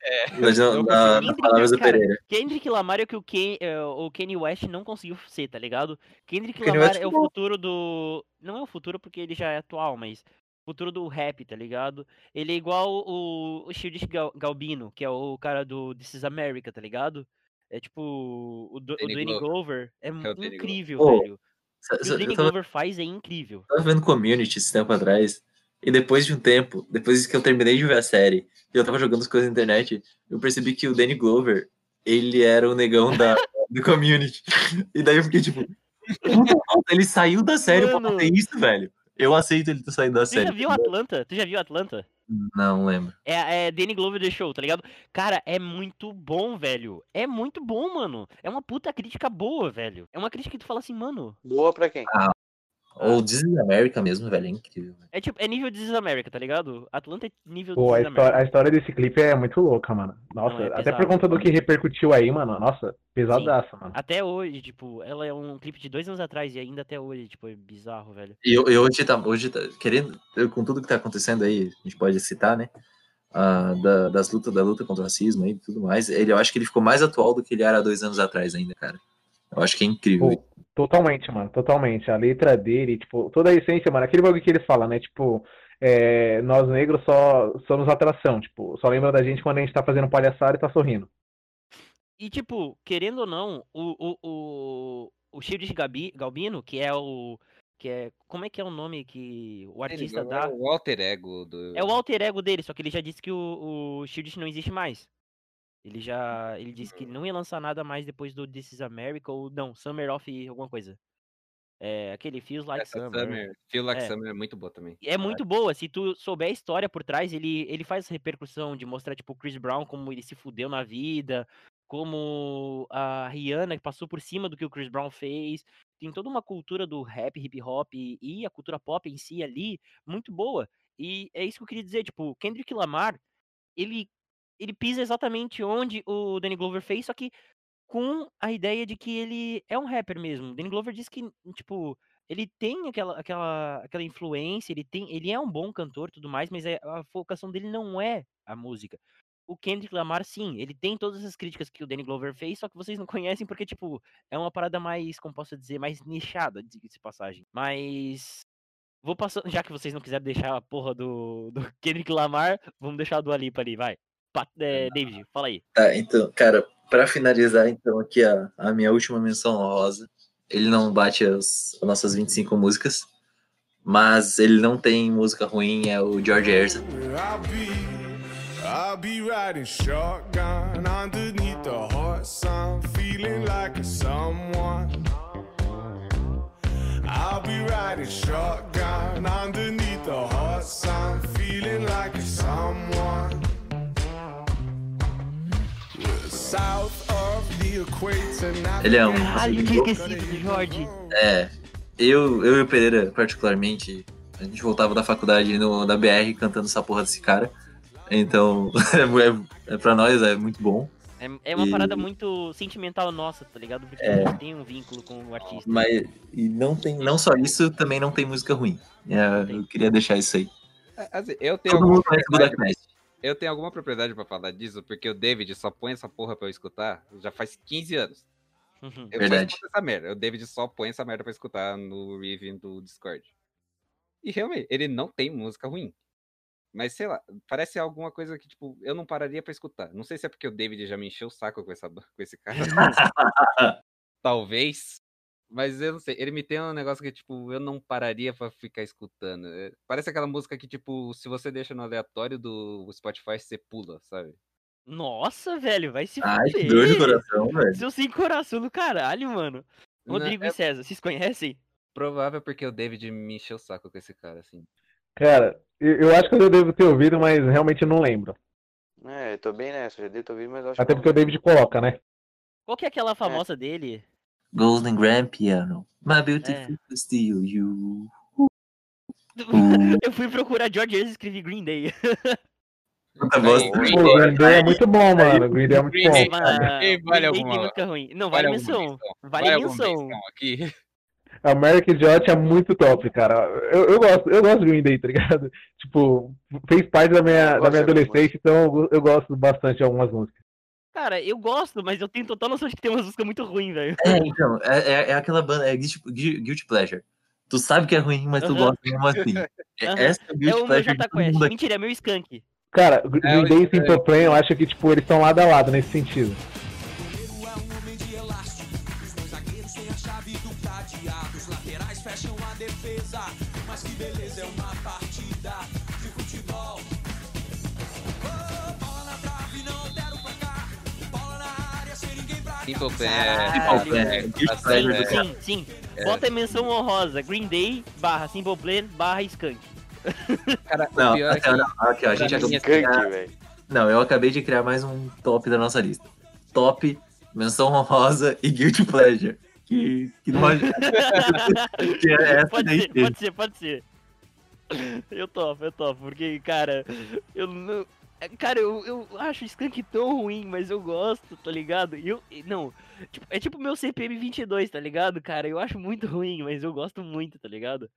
É. na- não na- nas consigo. palavras do Cara, Pereira. Kendrick Lamar é o que o, Ken, é, o Kanye West não conseguiu ser, tá ligado? Kendrick Kanye Lamar West é o não. futuro do. Não é o futuro porque ele já é atual, mas. Futuro do rap, tá ligado? Ele é igual o, o Childish Gal- Galbino, que é o cara do This is America, tá ligado? É tipo. O, do, o Danny Danny Glover. Glover. É, o Danny incrível, Glover. Pô, velho. Sa- O que sa- o Danny eu tava, Glover faz é incrível. tava vendo community esse tempo atrás. E depois de um tempo, depois que eu terminei de ver a série, e eu tava jogando as coisas na internet, eu percebi que o Danny Glover, ele era o negão da, do community. E daí eu fiquei tipo. "Puta, volta, Ele saiu da série pra Mano. fazer isso, velho. Eu aceito ele ter saído da Tu já série. viu Atlanta? Tu já viu Atlanta? Não lembro. É, é Danny Glover The Show, tá ligado? Cara, é muito bom, velho. É muito bom, mano. É uma puta crítica boa, velho. É uma crítica que tu fala assim, mano. Boa pra quem? Ah. Ou This is America mesmo, velho. É incrível. velho. É tipo, é nível This is America, tá ligado? Atlanta é nível Pô, a This is America. história, a história desse clipe é muito louca, mano. Nossa, Não, é até por pesado. conta do que repercutiu aí, mano. Nossa, pesadaça, mano. Até hoje, tipo, ela é um clipe de dois anos atrás e ainda até hoje, tipo, é bizarro, velho. E, e hoje tá, hoje tá querendo, eu- com tudo que tá acontecendo aí, a gente pode citar, né? ah, da, das lutas, da luta contra o racismo aí e tudo mais. Ele, eu acho que ele ficou mais atual do que ele era há dois anos atrás ainda, cara. Eu acho que é incrível. Pô, Totalmente, mano, totalmente. A letra dele, tipo, toda a essência, mano, aquele bagulho que ele fala, né? Tipo, é, nós negros só somos atração, tipo, só lembra da gente quando a gente tá fazendo palhaçada e tá sorrindo. E, tipo, querendo ou não, o, o, o, o Childish Gabi, Galbino, que é o. Que é. Como é que é o nome que o Ele artista é dá? o alter ego do. É o alter ego dele, só que ele já disse que o, o Shield não existe mais. Ele já. Ele disse que não ia lançar nada mais depois do This is America ou não, Summer of alguma coisa. É, aquele Feels Like Essa Summer. Summer. Feel Like É. Summer é muito boa também. E É muito boa, se tu souber a história por trás, ele, ele faz repercussão de mostrar, tipo, o Chris Brown, como ele se fudeu na vida, como a Rihanna que passou por cima do que o Chris Brown fez. Tem toda uma cultura do rap, hip hop e- e a cultura pop em si ali, muito boa. E é isso que eu queria dizer, tipo, o Kendrick Lamar, ele, ele pisa exatamente onde o Danny Glover fez, só que com a ideia de que ele é um rapper mesmo. O Danny Glover diz que, tipo, ele tem aquela, aquela, aquela influência, ele tem, ele é um bom cantor e tudo mais, mas é- a focação dele não é a música. O Kendrick Lamar, sim, ele tem todas essas críticas que o Danny Glover fez, só que vocês não conhecem porque, tipo, é uma parada mais, como posso dizer, mais nichada, diga-se de passagem. Mas. Vou passando, já que vocês não quiserem deixar a porra do, do Kendrick Lamar, vamos deixar a Dua Lipa ali, vai. Pa- é, David, fala aí. Tá, então, cara, pra finalizar, então, aqui a, a minha última menção honrosa. Ele não bate as, as nossas 25 músicas, mas ele não tem música ruim, é o George Harrison. I'll be, I'll be riding shotgun underneath the hot sun, feeling like a someone. I'll be riding shotgun underneath the hot sun, feeling like a someone. South of the equator, not Ele é um. Caralho, eu tinha esquecido do Jorge. É, eu, eu e o Pereira, particularmente, a gente voltava da faculdade no, da BR cantando essa porra desse cara. Então, é, é, é pra nós é muito bom. É, é uma parada E- muito sentimental nossa, tá ligado? Porque É. a gente tem um vínculo com o artista. Mas e não, tem, não só isso, também não tem música ruim. É, eu queria deixar isso aí. É, assim, Eu tenho, Todo alguma mundo conhece o Black propriedade, Mass. eu tenho alguma propriedade pra falar disso, porque o David só põe essa porra pra eu escutar já faz 15 anos. Uhum. Eu só Verdade. escuto essa merda. O David só põe essa merda pra escutar no review do Discord. E realmente, ele não tem música ruim. Mas sei lá, parece alguma coisa que, tipo, eu não pararia pra escutar. Não sei se é porque o David já me encheu o saco com, essa, ba- com esse cara. Talvez. Mas eu não sei, ele me tem um negócio que, tipo, eu não pararia pra ficar escutando. É, Parece aquela música que, tipo, se você deixa no aleatório do Spotify, você pula, sabe? Nossa, velho, vai se Ai, que dor de fuder. coração, velho. Seu sem coração do caralho, mano. Não, Rodrigo é e César, vocês conhecem? provável porque o David me encheu o saco com esse cara, assim. Cara, eu, eu acho que eu devo ter ouvido, mas realmente não lembro. É, eu tô bem nessa, já devo ter ouvido, mas eu acho Até que porque o David coloca, né? Qual que é aquela famosa dele? Golden Grand Piano. My beautiful steel, you. Hum. Eu fui procurar George Ezra e escrevi Green Day. Puta bosta. Pô, o Green Day é muito bom, mano. O Green Day é muito Green Day. bom. Mas, Ei, Green vale Day alguma- tem música ruim. Não, vale, alguma menção. Vale, Vai alguma menção. menção aqui. American Idiot é muito top, cara. Eu, eu gosto, eu gosto do Green Day, tá ligado? Tipo, fez parte da minha, Eu gosto da minha de algumas. adolescência, então eu go- eu gosto bastante de algumas músicas. Cara, eu gosto, mas eu tenho total noção de que tem umas músicas muito ruins, velho. É, então, é, é, é aquela banda, é Guilty, Gui- Guilty Pleasure. Tu sabe que é ruim, mas tu Aham. gosta mesmo assim. É, Aham. Essa é a É Guilty o meu Pleasure Jota de todo Quest. mundo aqui. Mentira, é meu Skunk. Cara, Gr- É, Green Day e eu- Simple Plan, eu acho que, tipo, eles estão lado a lado nesse sentido. Goleiro é um homem de elástico. Os dois zagueiros têm a chave do cadeado. Os laterais fecham a defesa. Mas que beleza é uma partida de futebol. Oh, bola na trave, não deram pra cá. Bola na área, sem ninguém pra cá. Simple Caralho. Plan. Simple Plan, é? Tá Guilty Pleasure do cara. Sim, sim, sim. Bota a menção honrosa. Green Day, barra Simple Plan, barra Skunk. Cara, o Não, pior é até, que- não, aqui, ó, a gente pra acabou mim é de Kank, assim. criar- um velho. Não, eu acabei de criar mais um top da nossa lista. Top, menção honrosa e Guilty Pleasure. Que, que não ajuda. Que é essa pode daí ser, mesmo. pode ser, pode ser. Eu topo, eu topo, porque, cara, eu não. é, Cara, eu, eu acho Skunk tão ruim, mas eu gosto, tá ligado? E eu. e Não, tipo, é tipo meu CPM 22, tá ligado, cara? Eu acho muito ruim, mas eu gosto muito, tá ligado?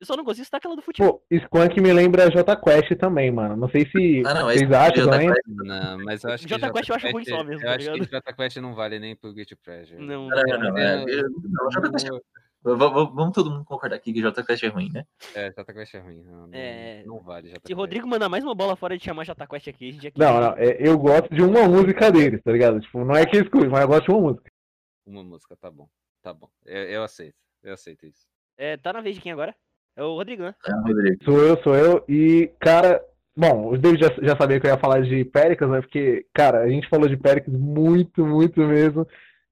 Eu só não consigo citar aquela do futebol. Pô, Skunk me lembra J Quest também, mano. Não sei se Ah, não, é vocês isso, acham Jota também. Quest. Não, mas eu acho que. Jota Quest eu acho ruim só mesmo, Eu tá acho que ligado? Jota Quest não vale nem pro Guilty Pleasure. Não, Não, não, não, é, Eu- eu- não, Jota Quest Eu- V- v- Vamos todo mundo concordar aqui que Jota Quest é ruim, né? É, Jota Quest é ruim. Não, não, É, não vale Jota se Quest. Rodrigo mandar mais uma bola fora de chamar Jota Quest aqui, a gente aqui. Não, não, é- eu gosto de uma música deles, tá ligado? Tipo, não é que eu escuto, mas eu gosto de uma música. Uma música, tá bom. Tá bom. Eu, eu aceito. Eu aceito isso. É, tá na vez de quem agora? É o Rodrigo, né? É, Rodrigo. Sou eu, sou eu. E, cara, bom, o David já, já sabia que eu ia falar de Péricles, né? Porque, cara, a gente falou de Péricles muito, muito mesmo.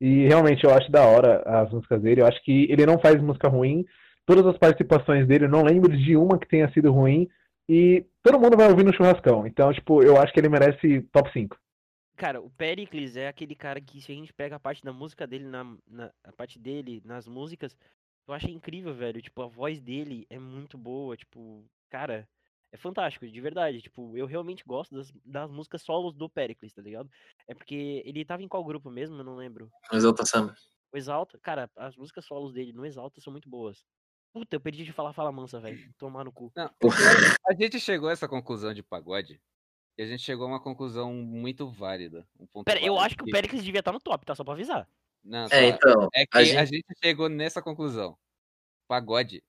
E realmente eu acho da hora as músicas dele. Eu acho que ele não faz música ruim. Todas as participações dele, eu não lembro de uma que tenha sido ruim. E todo mundo vai ouvir no churrascão. Então, tipo, eu acho que ele merece top 5. Cara, o Pericles é aquele cara que se a gente pega a parte da música dele na, na- a parte dele nas músicas, eu acho incrível, velho. Tipo, a voz dele é muito boa, tipo, cara, é fantástico, de verdade. Tipo, eu realmente gosto das, das músicas solos do Pericles, tá ligado? É porque ele tava em qual grupo mesmo? Eu não lembro. Mas eu tô samba. O Exalta, cara, as músicas solos dele no Exalta são muito boas. Puta, eu perdi de falar fala mansa, velho. Tomar no cu. Não, a gente chegou a essa conclusão de pagode. E a gente chegou a uma conclusão muito válida. Um ponto Pera, eu válido acho que o Pericles devia estar no top, tá? Só pra avisar. Não, tá. É, então. É a que a gente... gente- chegou nessa conclusão. Pagode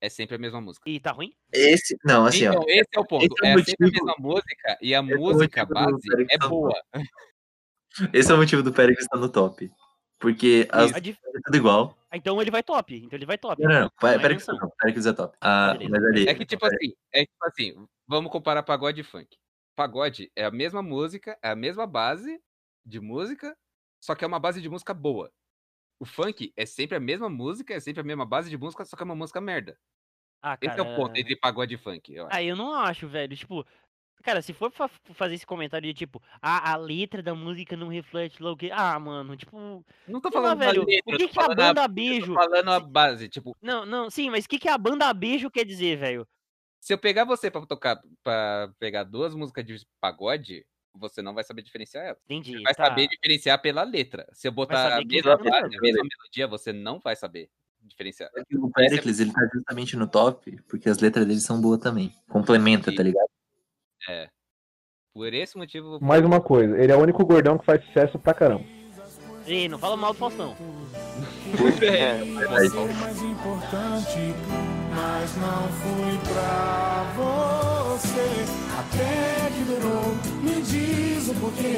é sempre a mesma música. E tá ruim? Esse. Não, assim, então, ó. esse é o ponto. esse é o é sempre a motivo- mesma música e a é o música motivo do base Eric é Sandor. boa. Esse é o motivo do Pérez estar no top. Porque as A dif- é tudo igual. Ah, Então ele vai top. Então ele vai top. Não, não, não. Não é Pérez menção. não. Pérez é top. Ah, Beleza. mas ali. É que tipo assim, é tipo assim, vamos comparar pagode e funk. Pagode é a mesma música, é a mesma base de música, só que é uma base de música boa. O funk é sempre a mesma música, é sempre a mesma base de música, só que é uma música merda. Ah, Esse cara. é o ponto entre pagode e funk, eu acho. Ah, eu não acho, velho. Tipo, cara, se for fa- fazer esse comentário de tipo, ah, a letra da música não reflete logo que. Ah, mano, tipo. Não tô sei lá, falando da velho. letra, o que, tô que a falando a- banda eu tô beijo. falando a base, tipo, Não, não, sim, mas o que, que a banda beijo quer dizer, velho? se eu pegar você pra tocar para pegar duas músicas de pagode, você não vai saber diferenciar elas. Entendi. Vai tá. saber diferenciar pela letra. Se eu botar a saber quem mesma, tá base, a cantando. mesma melodia, você não vai saber diferenciar. É que O Péricles, ele tá justamente no top, porque as letras dele são boas também. Complementa, tá ligado? Por esse motivo, Mais uma coisa, ele é o único gordão que faz sucesso pra caramba. Ei, não fala mal do Faustão. né? é mais importante, mas não fui pra você. Até que durou, me diz o porquê.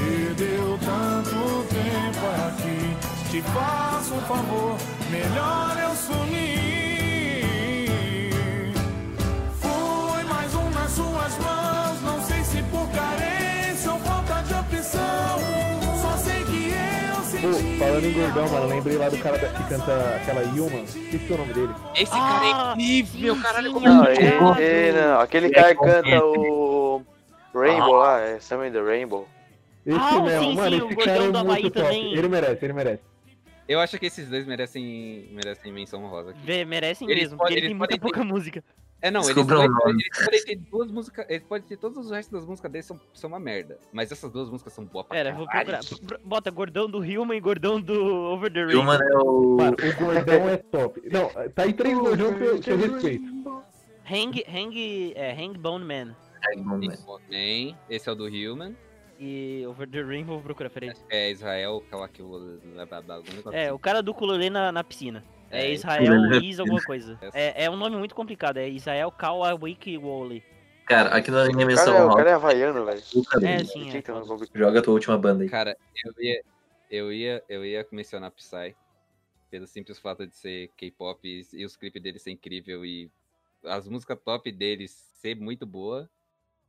E deu tanto tempo aqui. Te faço um favor, melhor eu sumir. Fui mais um nas suas mãos, não sei se por carência ou falta de opção. Só sei que eu Pô, senti. falando em gordão, mano, lembrei lá do cara da- que canta aquela Yuma. Esqueci o nome dele. esse Ah, cara é incrível, sim, caralho. sim, Como... é Não, verdade. ele- ele não. Aquele cara que canta o. Rain Rainbow lá, é Summer in the Rainbow. Esse Ah, mesmo, sim, mano, sim, o esse cara é gordão do Havaí muito top. também. Ele merece, ele merece. Eu acho que esses dois merecem, merecem menção honrosa aqui. Vê, merecem Eles mesmo, podem- porque ele eles tem muita podem ter- pouca música. É, não, eles, Descubra o podem- nome. eles podem ter duas músicas. Eles podem ter todos os restos das músicas deles são, são uma merda. Mas essas duas músicas são boas pra Pera, eu vou caralho. procurar. Pro- Bota gordão do Human e gordão do Over the Rainbow. Human é o. Mano, o gordão é top. Não, tá aí três gordão que eu, que eu respeito. Hang, hang, é, hang Bone Man. É bom, né? Bem, esse é o do Human. E Over the Rainbow, vou procurar, peraí. É assim. Israel, aquela que eu. blá, blá, blá, algum negócio É, o cara do ukulele na, na piscina. É, É, Israel ukulele na Is alguma coisa. É, é um nome muito complicado, é Israel Kawawiki Wole. Cara, aqui na minha O cara, é, menção o cara honrosa. é havaiano, velho. o Luca É, Bem. sim, Tinha é. que ter um nome Joga a tua última banda aí. Cara, eu ia, eu ia, eu ia mencionar Psy pelo simples fato de ser K-pop e, e os clipes dele ser incrível e as músicas top deles ser muito boa.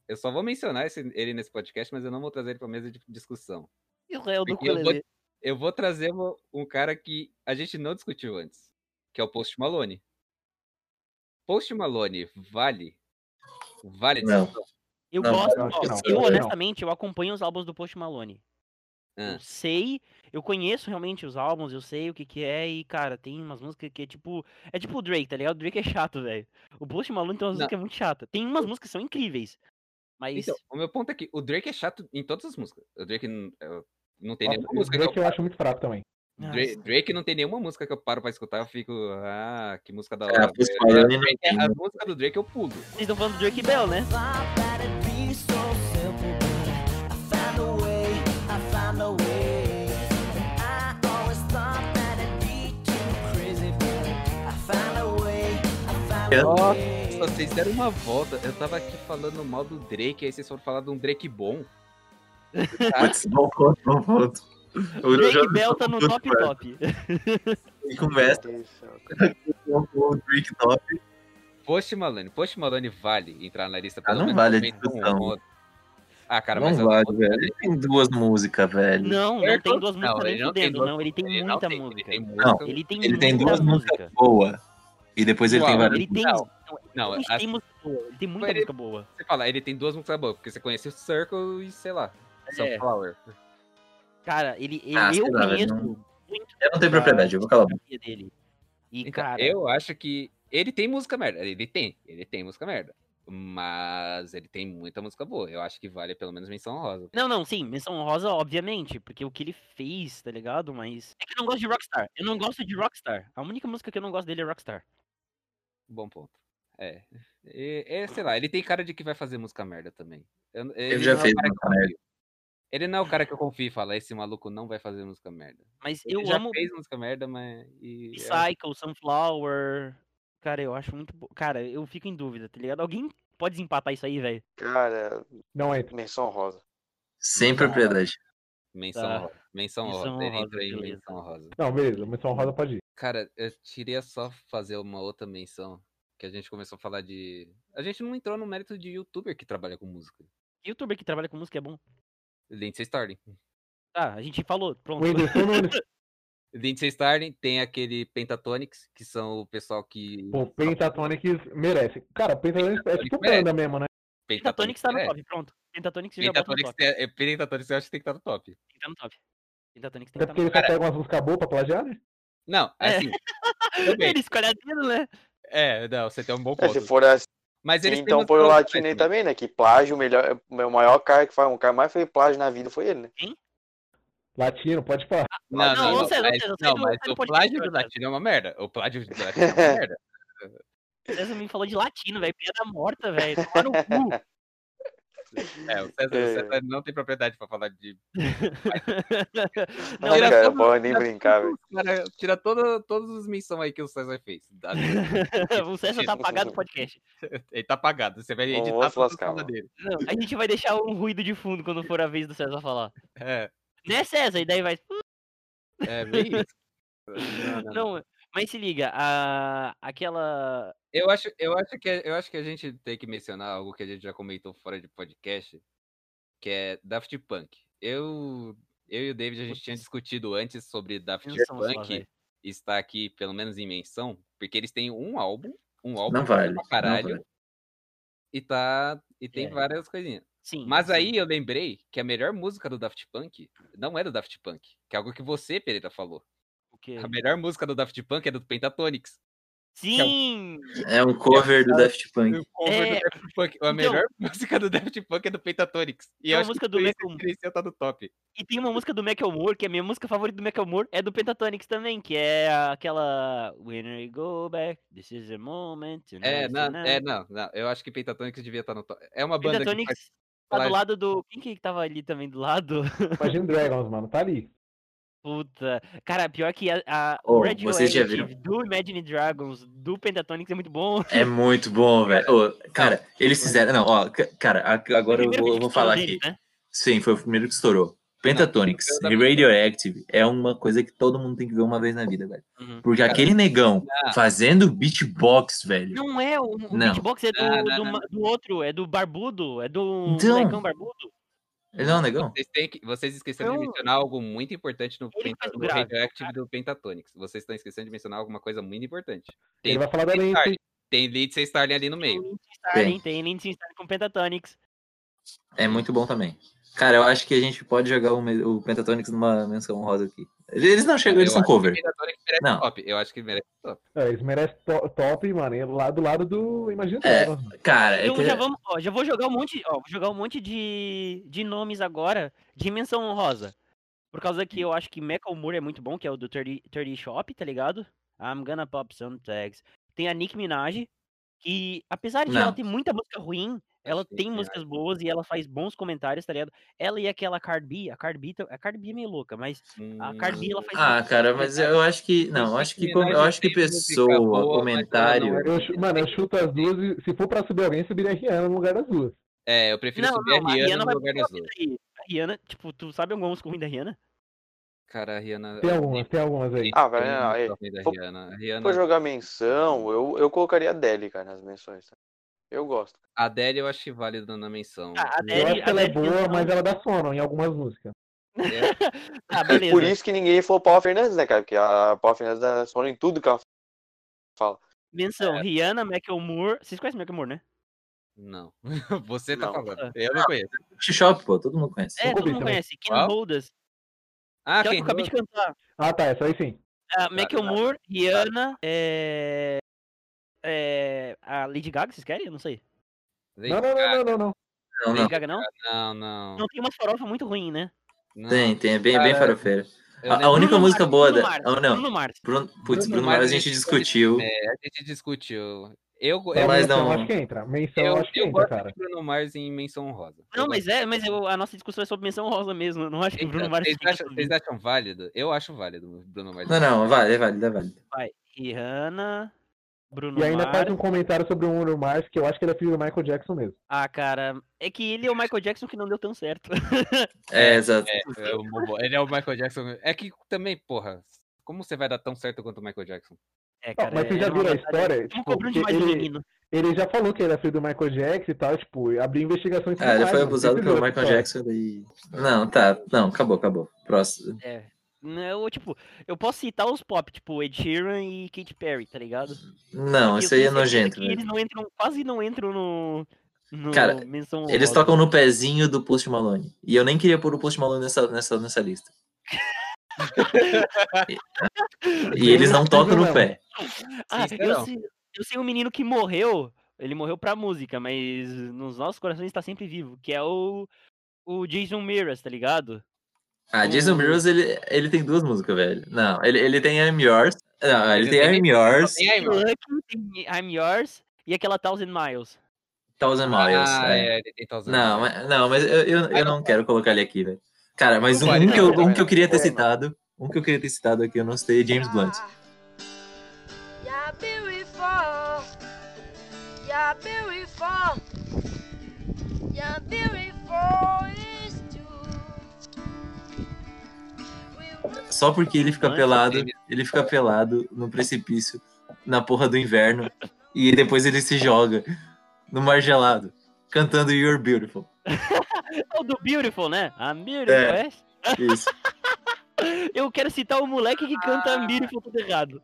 Eu só vou mencionar esse- ele nesse podcast, mas eu não vou trazer ele para mesa de discussão. Israel do Eu vou- ukulele. Eu vou trazer um, um cara que a gente não discutiu antes, que é o Post Malone. Post Malone vale, vale a Não. discussão? Eu Não, gosto, eu acho ó, que eu não, eu acho que não. honestamente, eu acompanho os álbuns do Post Malone. Ah. Eu sei, eu conheço realmente os álbuns, eu sei o que que é, e cara, tem umas músicas que é tipo, é tipo o Drake, tá ligado? O Drake é chato, velho. O Post Malone tem umas Não. músicas muito chatas. Tem umas músicas que são incríveis, mas Então, o meu ponto é que o Drake é chato em todas as músicas. O Drake não, eu- não tem nenhuma O música que eu Drake eu acho muito fraco também. Ah, Dra- sim. Drake não tem nenhuma música que eu paro pra escutar, eu fico, ah, que música da hora. Cara, Post velho." Malone não É, tem. a música do Drake eu pulo. vocês estão falando do Drake Bell, né? Thought that it'd be so simple, but I found a way, I found a way. And I always thought that it'd be too crazy, but I found a way, I found a Nossa, way. Nossa, vocês deram uma volta. Eu tava aqui falando mal do Drake, aí vocês foram falar de um Drake bom. Putz, bom ponto, bom ponto. O Drake Joga- Bell tá no tudo, top mano. top. E começa com o Drake Top. Post Malone. Post Malone vale entrar na lista. Ah, pelo não menos vale a menção discussão. honrosa. Ah, cara, Não mas... eu- vale, velho. Ele tem duas músicas, velho. Não, não Certo? tem duas músicas É Não, nem ele não tem fudendo, duas- não. Ele tem ele não muita tem, música. Ele tem Não, música. Ele tem Ele tem muita duas músicas. músicas né? boas. E depois ele Uau, tem várias. Ele tem. Não, não, Não, ele assim- tem música boa. Ele tem muita Ele- música boa. Você fala, ele tem duas músicas boas, porque você conhece o Circle e, sei lá, É. Sunflower. Cara, ele, ele- Ah, sei eu lá, velho, conheço não- muito Eu não tenho propriedade, eu vou calar a boca. a dele. E, Então, cara, eu acho que ele tem música merda. Ele tem, ele tem música merda. Mas ele tem muita música boa. Eu acho que vale pelo menos menção rosa. Não, não, sim, menção honrosa, obviamente, porque o que ele fez, tá ligado? Mas. É que eu não gosto de Rockstar. Eu não gosto de Rockstar. A única música que eu não gosto dele é Rockstar. Bom ponto. É. E- é, sei lá, ele tem cara de que vai fazer música merda também. Eu- Ele já não é o fez cara que eu música merda. confio. Ele não é o cara que eu confio e fala, esse maluco não vai fazer música merda. Mas Ele eu já amo fez música merda, mas. E, é eu acho- Psycho, Sunflower. Cara, eu acho muito. bo- Cara, eu fico em dúvida, tá ligado? Alguém pode desempatar isso aí, velho? Cara, Não entra. menção rosa. Sem propriedade. menção Tá. rosa. Menção Menção rosa. Ele honrosa, entra em beleza. menção rosa. Não, beleza, menção rosa pode ir. Cara, eu queria só fazer uma outra menção. Que a gente começou a falar de. A gente não entrou no mérito de youtuber que trabalha com música. Youtuber que trabalha com música é bom. Lindsay Starling. Tá, a gente falou, pronto. O Whindersson Nunes, Lindsay Starling tem aquele Pentatonics, que são o pessoal que. pô, Pentatonics merece. Cara, Pentatonics é tipo merece. banda mesmo, né? Pentatonix tá no é. top, pronto. Pentatonix você já bota no Pentatonix, top. tem- é, Pentatonix eu acho que tem que estar no top. Tem que tá no top. Pentatonix tem Até que tá É porque no eles top. só pegam umas músicas boas pra plagiar, né? Não, É. assim. tudo bem. Ele escolhe a dedo, né? É, não, você tem um bom É, ponto. se for assim, Mas eles têm então música põe o boa latino assim. aí também, né? Que plágio, o melhor, é, o maior cara que faz, um cara mais fez plágio na vida foi ele, né? Latino, pode falar. Não, Não, não, ou não, seja, ou mas, seja, você não, não- mas você não o pode plágio criticar, do cara. latino é uma merda. O plágio do latino é uma merda. César me falou de latino, velho. Piada morta, velho. Tá no cu. É, o César, o César não tem propriedade pra falar de Não, Ai, mas- era cara, todo- pode nem Tira brincar, tudo, velho. cara, tira toda, todas as menções aí que o César fez. Dá- o César tá apagado do podcast. Ele tá apagado, você vai Vamos editar se tudo por lascar, causa mano. dele. Não, a gente vai deixar um ruído de fundo quando for a vez do César falar. É, Né, César? E daí vai. é bem isso. Não, não, não. Não, mas se liga, a... aquela. Eu, acho, eu, acho que, eu acho que a gente tem que mencionar algo que a gente já comentou fora de podcast, que é Daft Punk. Eu, eu e o David, a gente tinha discutido antes sobre Daft Menção só, Punk velho. estar aqui, pelo menos em menção, porque eles têm um álbum, um álbum Não vale. pra não caralho, vale. e tá. E tem É. várias coisinhas. Sim. Mas aí eu lembrei que a melhor música do Daft Punk não é do Daft Punk, que é algo que você, Pereira, falou. o quê? A melhor música do Daft Punk é do Pentatonix. Sim! É um cover do Daft Punk. O cover É, do Daft Punk. A então- melhor música do Daft Punk é do Pentatonix. E É eu uma acho música que do por isso Michael- a diferença tá no top. E tem uma música do Macklemore, que é a minha música favorita do Macklemore, é do Pentatonix também, que é aquela... When we go back, this is the moment... you É, know, não, so é, now." não, não. Eu acho que Pentatonix devia estar no top. É uma banda que faz... Pentatonix tá falar- do lado do... Quem que tava ali também do lado? Imagine Dragons, mano, tá ali. Puta. Cara, pior que a, a Oh, o Radioactive vocês já viram? do Imagine Dragons, do Pentatonix é muito bom. É muito bom, velho. Ô, cara, eles fizeram. Não, ó, ca- cara, a- agora eu Primeiro vou, vídeo vou que falar estourou aqui. deles, né? Sim, foi o primeiro que estourou. Pentatonix eu e também. Radioactive é uma coisa que todo mundo tem que ver uma vez na vida, velho. Uhum. Porque aquele negão Ah. fazendo beatbox, velho. Não é, o, o Não. beatbox é do, Não, não, do não, ma- do outro, é do barbudo, é do Então. molecão barbudo. Ele não é um negão? Vocês, têm que... Vocês esqueceram de Então- mencionar algo muito importante no, Ele Penta... faz o no grave, Radioactive do Pentatonix. Vocês estão esquecendo de mencionar alguma coisa muito importante. Tem, Ele vai falar da Lindsay Lindsay. Starling- tem Lindsay Starling ali no meio. Tem Lindsay Starling, Tem. Tá, tem Lindsay Starling com Pentatonix. É muito bom também. Cara, eu acho que a gente pode jogar o, me- o Pentatonix numa menção rosa aqui. Eles não chegam, eles Eu são acho que cover. Pentatonix merece Não. é top. Eu acho que merece top. É, eles merecem to- top, mano. E lá do lado do Imagine É. Dragons. mano. Cara, é Então que- já vamos, ó, já vou jogar um monte, ó, vou jogar um monte de, de nomes agora de menção honrosa. Por causa que eu acho que Macklemore é muito bom, que é o do 30, 30 Shop, tá ligado? I'm gonna pop some tags. Tem a Nick Minaj, que apesar de ela Não. ter muita música ruim, ela que tem Nicki músicas boas e ela faz bons comentários, tá ligado? Ela e aquela Cardi, B, a Cardi, B, a Cardi B é meio louca, mas um a Cardi B, ela faz Ah, cara, mas eu acho que. Não, eu acho que, com- eu acho que pessoa, comentário. Eu chu- mano, eu chuto as duas e se for pra subir alguém, subiria a Rihanna no lugar das duas. É, eu prefiro não, subir não, a a Rihanna, vai no lugar pro das top duas. daí. A Rihanna, tipo, tu sabe alguma música ruim da Rihanna? Cara, a Rihanna. Tem algumas, tem algumas aí. Ah, velho, não, aí. Da Pô- Rihanna. A, Se É, Rihanna for jogar menção, eu, eu colocaria a Adele, cara, nas menções. tá? Eu gosto. a Adele eu acho válida na menção. Ah, a Eu Adele- acho que ela é Adele tem boa, um- mas ela dá sono em algumas músicas. É, Ah, E beleza. por isso que ninguém falou Paula Fernandes, né, cara? Porque a Paula Fernandes dá sono em tudo que ela Menção, Rihanna, Macklemore. Vocês conhecem Macklemore, né? não. Você tá Não. Ah. falando. Eu não conheço. Shop, pô, todo mundo conhece. É, Nunca todo ouvi mundo também. conhece. Ken Qual? Holdas. Ah, que é o que quem eu acabei de cantar. Ah, tá, essa aí sim. Ah, Macklemore, Rihanna, é... é... A Lady Gaga, vocês querem? Eu não sei. Não, não, não, não, não, não. Não, Lady não. Gaga, não? não, não. Não, tem uma farofa muito ruim, né? não. Tem, tem, é bem, bem Cara, farofeira. eu A- A, lembro- única Bruno música Mars, boa Bruno da. Mars, Oh, não. Bruno Mars. Bruno, putz, Bruno Bruno Mars Mars a a gente gente discutiu. É, a gente discutiu. Eu, eu, Então, mas menção, não- acho que entra. Menção, eu, acho que eu entra, gosto cara. de Bruno Mars em menção honrosa. Não, Eu mas gosto. é, mas eu- a nossa discussão é sobre menção rosa mesmo. Eu não acho que o Bruno Então, Mars vocês, tem que acham, subir. vocês acham válido? Eu acho válido o Bruno Mars. Não, não, vale, é válido, é válido. Rihanna, Bruno E ainda Mars. faz um comentário sobre o Bruno Mars, que eu acho que ele é filho do Michael Jackson mesmo. Ah, cara, é que ele é o Michael Jackson que não deu tão certo. É, exato. É, é o Bobo- ele é o Michael Jackson. É que também, porra, como você vai dar tão certo quanto o Michael Jackson? É, Não, cara, mas vocês já era uma viram a batalha- história? Estamos Tipo, cobrando que demais do ele- menino. Ele já falou que ele é filho do Michael Jackson e tal, tipo, e abriu investigações. Ah, ele né? criminais, foi mano. abusado Sempre pelo viu essa Michael história. Jackson e. Não, tá. Não, acabou, acabou. Próximo. É. Eu, tipo, eu posso citar os pop, tipo Ed Sheeran e Katy Perry, tá ligado? Não, Que eu isso aí é tenho certeza nojento, que velho. eles não entram, quase não entram no. no Cara, menção Eles honrosa. tocam no pezinho do Post Malone. E eu nem queria pôr o Post Malone nessa, nessa, nessa lista. E- e eles não tocam no pé. Ah, Sim, eu, não. sei, eu sei um menino que morreu, ele morreu pra música, mas nos nossos corações está sempre vivo, que é o. O Jason Miras, tá ligado? Ah, Jason O- Mewes, ele, ele tem duas músicas, velho. Não, ele, ele tem I'm Yours. Não, ele, Ele tem, tem- I'm Yours, E aí, mano? Lucky, tem I'm Yours e aquela Thousand Miles. Thousand Miles. Ah, é. é, ele tem Thousand Não, Miles. mas, não, mas eu, eu, eu não quero colocar ele aqui, velho. Cara, mas um, Não vale, um que eu, não, um que eu queria ter não. citado, um que eu queria ter citado aqui, eu não citei, é James Blunt. You're beautiful. You're beautiful. You're beautiful is true. We will Só porque ele fica Blunt, pelado, ele fica pelado no precipício, na porra do inverno, e depois ele se joga no mar gelado, cantando You're Beautiful. É o do Beautiful, né? I'm Beautiful, É. é. Isso. Eu quero citar o moleque que canta I'm Beautiful tudo errado.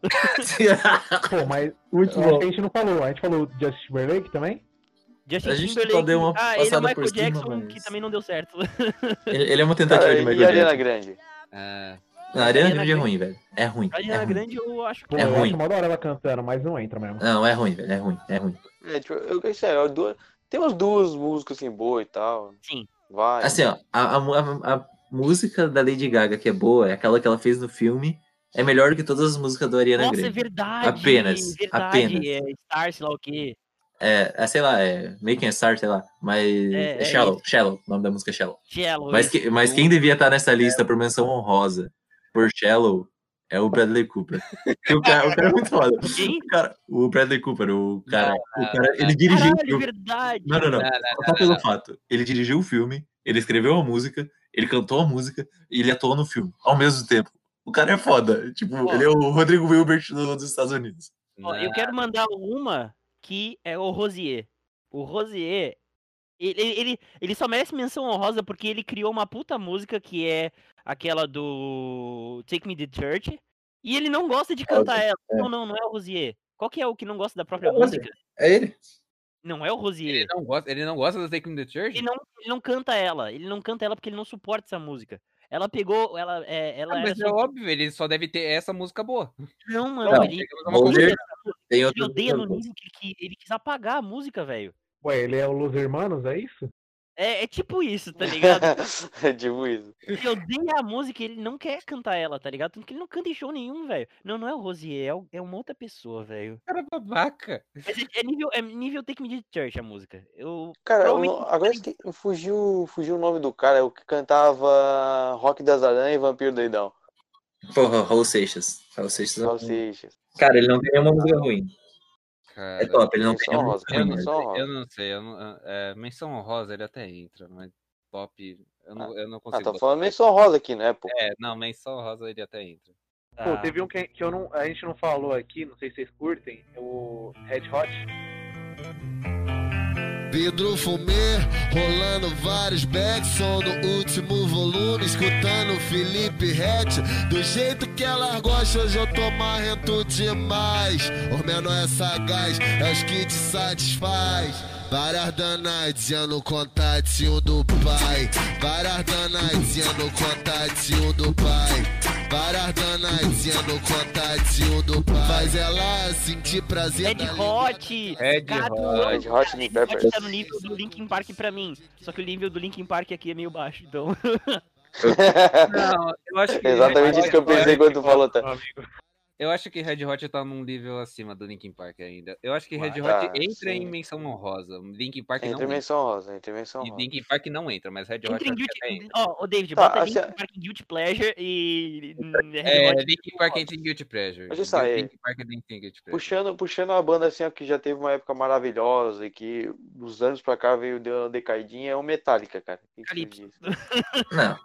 Pô, mas Muito eu acho bom. que a gente não falou. A gente falou do Justin Timberlake também? Justin A gente só Timberlake. deu uma ah, ele é o passada Michael por cima, Jackson, que mas- também não deu certo. Ele, ele é uma tentativa de Cara, e a Michael Ariana Jackson. Grande? Ah, Não, a Ariana Ariana Grande é Grande. ruim, velho. É ruim. A É Ariana ruim. Grande eu acho que Pô, É eu ruim. acho mó da hora ela cantando, mas não entra mesmo. Não, é ruim, velho. É ruim. É ruim. É, tipo, eu, sério, eu, duas, tem umas duas músicas assim boas e tal. Sim. Vai. Assim, ó, a, a mu- a- a música da Lady Gaga que é boa, é aquela que ela fez no filme, é melhor do que todas as músicas do Ariana Nossa, é Grande. verdade. Apenas, Verdade. apenas. É Star, sei lá o quê. É, é, sei lá, é Making a Star, sei lá. Mas. É, É, é Shallow, Shallow, o nome da música é Shallow. Jello. Mas, isso. que- mas quem devia estar nessa lista por menção honrosa por Shallow é o Bradley Cooper. Que o, cara, o cara é muito foda. Quem? O, cara- o Bradley Cooper, o cara. Não, o cara ele dirigiu o Caralho, é filme. verdade. Não, não, não. Não, não, Só pelo fato. Ele dirigiu o filme, ele escreveu a música, ele cantou a música e ele atuou no filme ao mesmo tempo. O cara é foda. Tipo, Ó. ele é o Rodrigo Wilbert do- dos Estados Unidos. Ó, eu quero mandar uma que é o Rosier. O Rosier, ele, ele, ele- ele só merece menção honrosa porque ele criou uma puta música que é aquela do Take Me to Church. E ele não gosta É, de cantar ela. Não, não, não é o Rosier. Qual que é o que não gosta da própria É o Rosier. música? É ele? Não é o Ele Rosier. não gosta, ele não gosta do Take Me to Church? Ele não, ele não canta ela. Ele não canta ela porque ele não suporta essa música. Ela pegou, ela, é, ela Ah, era mas é óbvio, ele só deve ter essa música boa. Não, mano, Não, ele, Chegamos a uma Roger conclusão. tem ele outro. odeia no nível que, que ele quis apagar a música, velho. Ué, ele é o Los Hermanos, é isso? É, é tipo isso, tá ligado? é tipo isso. Ele odeia a música e ele não quer cantar ela, tá ligado? Tanto que ele não canta em show nenhum, velho. Não, não é o Rosier, é, o- é uma outra pessoa, velho. cara é babaca. Mas é, é nível, é nível Take Me to Church a música. Eu, Cara, eu Provavelmente não- agora esque- fugiu, fugiu o nome do cara, é o que cantava Rock das Aranhas e Vampiro Doidão. Porra, Raul Seixas. Raul Seixas. é um- Salsichas. Cara, ele não tem nenhuma música ruim. É Cara, top, ele não tem Menção nenhuma honrosa, música cara, ruim. menção honrosa. eu não sei. Eu não, é, menção honrosa ele até entra, mas top. Eu não, eu não Ah, consigo. tá botar. falando menção rosa aqui, né, pô? É, não, menção honrosa ele até entra. ah, Pô, teve um que, que eu não, a gente não falou aqui, não sei se vocês curtem, é o Red Hot. Pedro Fumê, rolando vários Backson no último volume, escutando Felipe Rett. Do jeito que elas gostam, hoje eu tô marrento demais. O menor é sagaz, é os que te satisfaz. Várias danadinhas no contatinho do pai. Várias danadinhas no contatinho do pai. Várias danadinhas no contatinho do pai. Faz ela sentir prazer Red da Hot! Red cara, Hot. eu amo Red Hot Chili Red Hot Peppers. tá no nível do Linkin Park pra mim. Só que o nível do Linkin Park aqui é meio baixo, então. Não, eu acho que. É Exatamente Red isso que eu Hot- pensei quando tu falou, tá? Eu acho que Red Hot tá num nível acima do Linkin Park ainda. Eu acho que Red Tá, Hot entra em sim. menção honrosa. Linkin Park não Entre entra. menção rosa, entre menção E rosa. Linkin Park não entra, mas Red Hot Entra eu em acho que até Guilty. entra. Ó, ô David, Tá, bota assim, Linkin Park em Guilty Pleasure e. É, Red Hot. Linkin Park entra em Guilty Pleasure. Mas é isso aí. Linkin Park entra em Guilty Pleasure. Puxando, puxando a banda assim, ó, que já teve uma época maravilhosa e que dos anos pra cá veio deu uma decaidinha, é o Metallica, cara. O que que Calypso. diz? Não.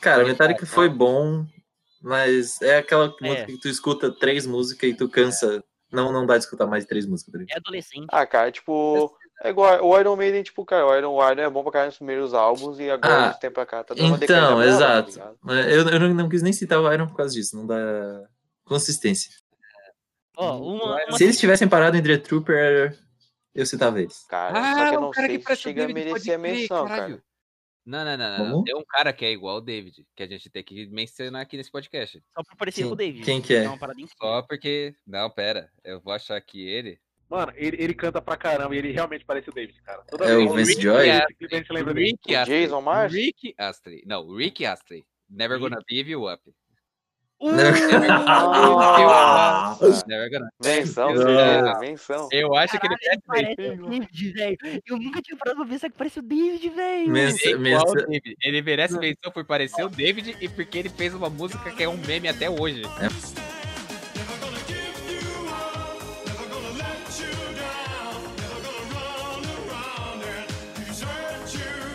Cara, Metallica foi bom, mas é aquela música que tu escuta três músicas e tu cansa. Não, não dá de escutar mais três músicas. tá ligado? É adolescente. Ah, cara, tipo, é igual o Iron Maiden, tipo, cara, o Iron, o Iron é bom pra caralho nos primeiros álbuns e agora Ah, esse tempo pra cá tá dando uma decaída Então, brava, tá exato. ligado? eu eu não, não quis nem citar o Iron por causa disso, não dá consistência. Ó, Hum, uma. é uma- Se eles tivessem parado em The Trooper, eu citava eles. Cara, só Ah, que eu o não cara sei que se parece o chega a David pode merecer a crer, menção, caralho. cara. Não, não, não, não, não. Como? Tem um cara que é igual o David, que a gente tem que mencionar aqui nesse podcast. Só pra parecer Quem- com o David. quem que é? uma parada incrível. Só porque. Não, pera. Eu vou achar que ele. Mano, ele, ele canta pra caramba e ele realmente parece o David, cara. Toda É o vez que Vince ele- Joy? esse clipe, a gente lembra dele. Rick Astley. Jason Mars? Rick Astley. Não, Rick Astley. Never gonna give you up. Nossa. Never gonna. Menção, Não. certeza, menção. Eu acho que ele Caralho, parece parece o David, velho. Eu nunca tinha parado pra pensar que parece o David, velho. Mensa- igual mensa- o David. Ele merece menção por parecer o David e porque ele fez uma música que é um meme até hoje. Never gonna give you up, never gonna let you down, never gonna run around and desert you,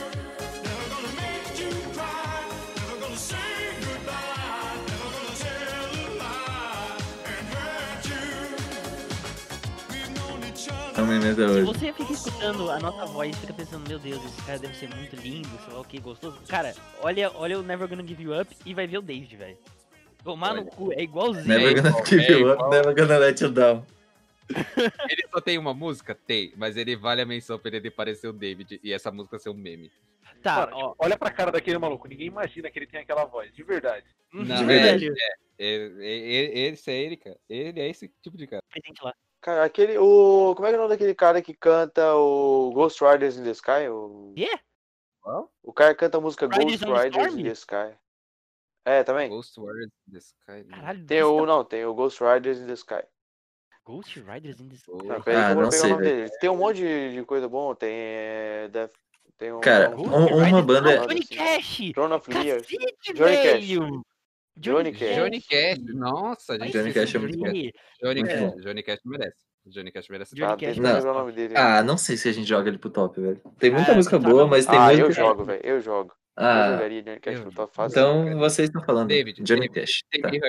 never gonna make you cry, never gonna say goodbye, never gonna tell a lie and hurt you. We've known each Não other. me lembro Se hoje. você fica escutando a nossa voz e fica pensando, meu Deus, esse cara deve ser muito lindo, sei lá o que, gostoso. Cara, olha, olha o Never Gonna Give You Up e vai ver o David, velho. Tomar no cu, é igualzinho. Never É gonna igual, give é you up, igual. never gonna let you down. Ele só tem uma música? Tem, mas ele vale a menção pra ele parecer o David e essa música ser um meme. Tá, Mano, ó. Olha pra cara daquele maluco, ninguém imagina que ele tem aquela voz, de verdade. Uhum. Não, verdade. é, é, é, é, esse é ele, cara. Ele é esse tipo de cara. Presente lá. Cara, aquele. O, como é que é o nome daquele cara que canta o Ghost Riders in the Sky? O, E é? o cara canta a música Riders Ghost on the Riders in Storm? the Sky. É, também. Ghost Warriors in the Sky. não. Caralho, Tem o. Ghost- Não, tem o Ghost Riders in the Sky. Ghost Riders in the Sky. Não, Ghost- peraí, Ah, que eu não vou pegar sei, o nome velho. dele. Tem um monte de, de coisa boa, tem. é, Death, tem um, Cara, um- Ghost um- uma Riders- banda- Ah, Johnny Cash! Throne of Lears. Cacete, Johnny Cash. velho! Johnny Cash. Johnny Cash, nossa, gente. Johnny Cash é muito bom. Johnny- Johnny, Muito Cash, Johnny Cash merece. Johnny Cash merece. Johnny Tá, Cash. deixa eu Não. lembrar o nome dele. Ah, não sei se a gente joga ele pro top, velho. Tem muita É, Ah, música tá boa, bom. mas tem Ah, muita. eu jogo, velho. Eu jogo. eu Ah, jogaria Johnny Cash eu no jogo. top fácil. então vocês estão falando. David, Johnny David, Cash. Tem Tá. Hurt,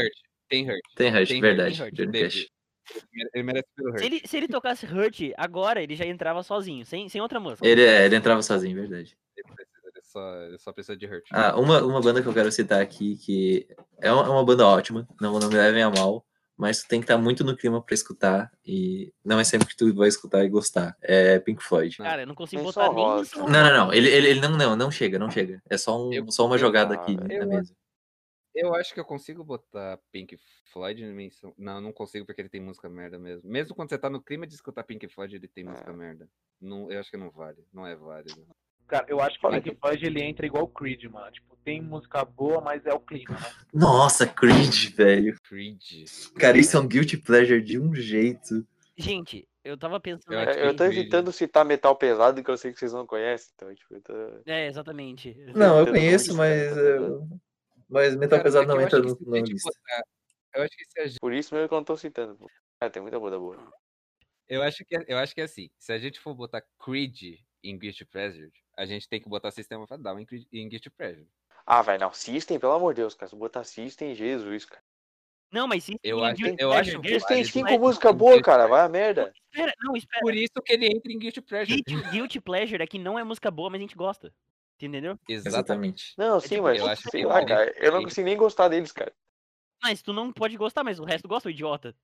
tem Hurt. Tem Hurt, tem verdade. Hurt, Johnny David. Cash. Ele merece pelo Hurt. Se ele, se ele tocasse Hurt agora, ele já entrava sozinho, sem, sem outra música. Ele, é, ele entrava sozinho, verdade. Ele, precisa- ele só, ele só precisa de Hurt. né? Ah, uma, uma banda que eu quero citar aqui, que é uma, é uma banda ótima, não, não me levem a mal, mas tu tem que estar muito no clima pra escutar, e não é sempre que tu vai escutar e gostar. É Pink Floyd. Cara, eu não consigo Menção botar nem honrosa. menção Não, não, não. Ele, ele, ele não, não, não chega, não chega. É só, um, Eu- só uma eu- jogada ah, aqui velho. na eu mesa. Eu acho que eu consigo botar Pink Floyd na menção. Não, eu não consigo porque ele tem música merda mesmo. Mesmo quando você tá no clima de escutar Pink Floyd, ele tem É. música merda. Não, eu acho que não vale. Não é válido. Cara, eu acho que o Olha Pink Floyd ele entra igual o Creed, mano. Tipo, tem música boa, mas é o clima, né? Nossa, Creed, velho. Creed. Cara, isso é um guilty pleasure de um jeito. Gente, eu tava pensando. Eu acho É, Eu tô Johnny Cash. evitando citar metal pesado que eu sei que vocês não conhecem, então, tipo, eu tô. É, exatamente. Não, eu Entendo conheço, muito, mas. cara. eu- Mas metal Cara, tá pesado é que não eu entra acho que no se a na gente lista. botar- Eu acho que se a gente- Por isso mesmo que eu não tô citando. pô. Cara, tem muita banda boa. eu acho que eu acho que é assim. Se a gente for botar Creed em Guilty Pleasure, a gente tem que botar Sistema of a Down em, Creed- em Guilty Pleasure. Ah, vai, não. System, pelo amor de Deus, cara. Se botar System, Jesus, cara. Não, mas sim. Eu sim, acho- Guilty eu Pleasure, acho que Guilty Eles têm Vários, cinco Pleasure. mas- músicas boas, cara. Vai a merda. Espera, não, É. espera. Por isso que ele entra em Guilty Pleasure. Guilty, Guilty Pleasure é que não é música boa, mas a gente gosta. Entendeu? Exatamente. Não, sim, tipo, mas eu acho sei que lá, eu- cara. Eu não consigo nem gostar deles, cara. Mas tu não pode gostar, mas o resto gosta, o idiota.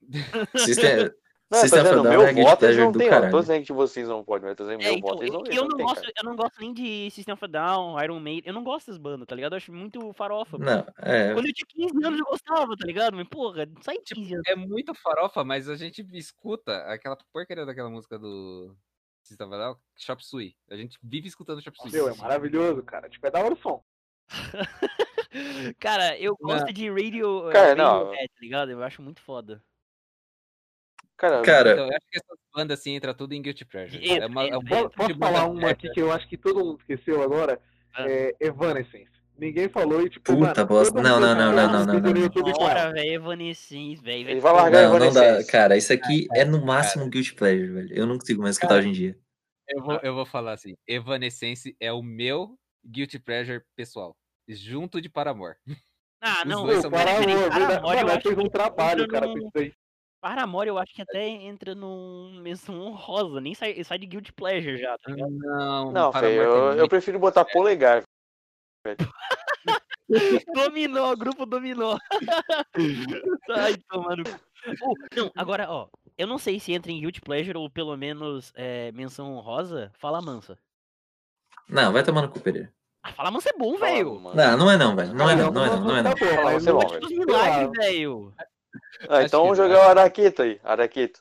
System, Não, eu tô System of a Down dizendo, meu é guilty voto eles pleasure não do tem. Não tô caralho. dizendo que vocês não podem, mas eu tô dizendo É, meu então, voto eles eu, não eles eu não não têm, gosto, cara. eu não gosto nem de System of a Down, Iron Maiden. Eu não gosto dessas bandas, tá ligado? Eu acho muito farofa. Não, é. Quando eu tinha 15 anos eu gostava, tá ligado? Mas porra, sai de Tipo, 15 anos. É muito farofa, mas a gente escuta aquela porcaria daquela música do System of a Down, Chop Suey. A gente vive escutando Chop Suey. Meu, é maravilhoso, cara. Tipo, é da hora o som. Cara, eu gosto de radio. eh, Cara, não. Radiohead, tá ligado? Eu acho muito foda. Cara, Cara, Então, eu acho que essas bandas assim entra tudo em Guilty Pleasure. Entra, é uma, é entra, um Posso, monte de posso banda falar uma merda. aqui que eu acho que todo mundo esqueceu agora? Ah. É Evanescence. Ninguém falou e tipo. Puta mano, bosta. todo Não, mundo não, não, não, não, fez não, vídeo no não. YouTube com ela. Bora, velho, Evanescence, velho. vai Ele vai tomar- largar não, não dá. Evanescence. Cara, isso aqui é no máximo guilty pleasure, velho. Eu não consigo mais escutar Cara, hoje em dia. Eu vou, eu vou falar assim: Evanescence é o meu Guilty Pleasure pessoal. Junto de Paramore. Ah, os não. dois Pô, são cara, mais- ô, Cara, verdade- olha, eu mano, acho fez um que trabalho, entra cara, num- pra isso aí. Paramore, eu acho que até entra num menção honrosa, nem sai, sai de Guilty Pleasure já, tá ligado? Não, Não, Paramore feio. tem Eu, eu muito- prefiro botar polegar. dominou, grupo dominou. Sai tomando. Oh, não, agora, ó, eu não sei se entra em Guilty Pleasure ou pelo menos é, menção honrosa, Fala Mansa. Não, vai tomar no cu, Pereira. Ah, Fala Mansa é bom, Fala, velho. mano. Não, não é não, velho. Não é não, Olha, não é não, não é não. tá bom, Fala, mas você eu- bom, velho. Os milagres, velho. Ah, então que vamos não. jogar o Araquito aí. Araquito.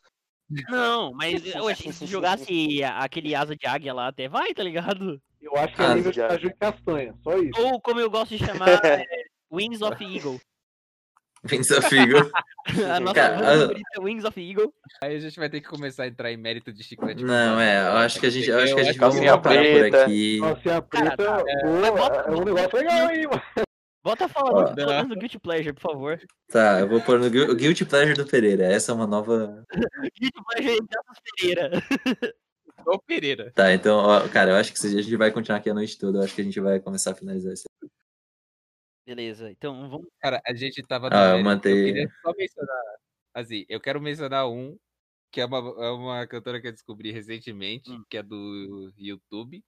Não, mas eu achei que se jogasse a- aquele asa de águia lá até vai, tá ligado? Eu acho que Ah, é nível de já. Caju e Castanha, só isso. Ou como eu gosto de chamar, é, Wings of Eagle. Pensa Figo. A nossa Cara, banda eu- favorita é Wings of Eagle. Aí a gente vai ter que começar a entrar em mérito de chiclete. com Não, banana, é, eu cara. acho que a gente, eu acho que a gente vai Eu Calcinha parar por preta. aqui. Nossa, a preta, tá, mas pô, bota- é um negócio legal aí, mano. Bota Ó. falando pelo menos do Guilty Pleasure, por favor. Tá, eu vou pôr no Guil- Guilty Pleasure do Pereira. Essa é uma nova. Guilty Pleasure é Dantas Pereira. Ô, Pereira. Tá, então, ó, cara, eu acho que se a gente vai continuar aqui a noite toda. Eu acho que a gente vai começar a finalizar isso. Beleza, então vamos. Cara, a gente tava. no Ah, eu né? mérito, mantei- queria é só mencionar. Assim, eu quero mencionar um, que é uma, é uma cantora que eu descobri recentemente, Hum. que é do YouTube,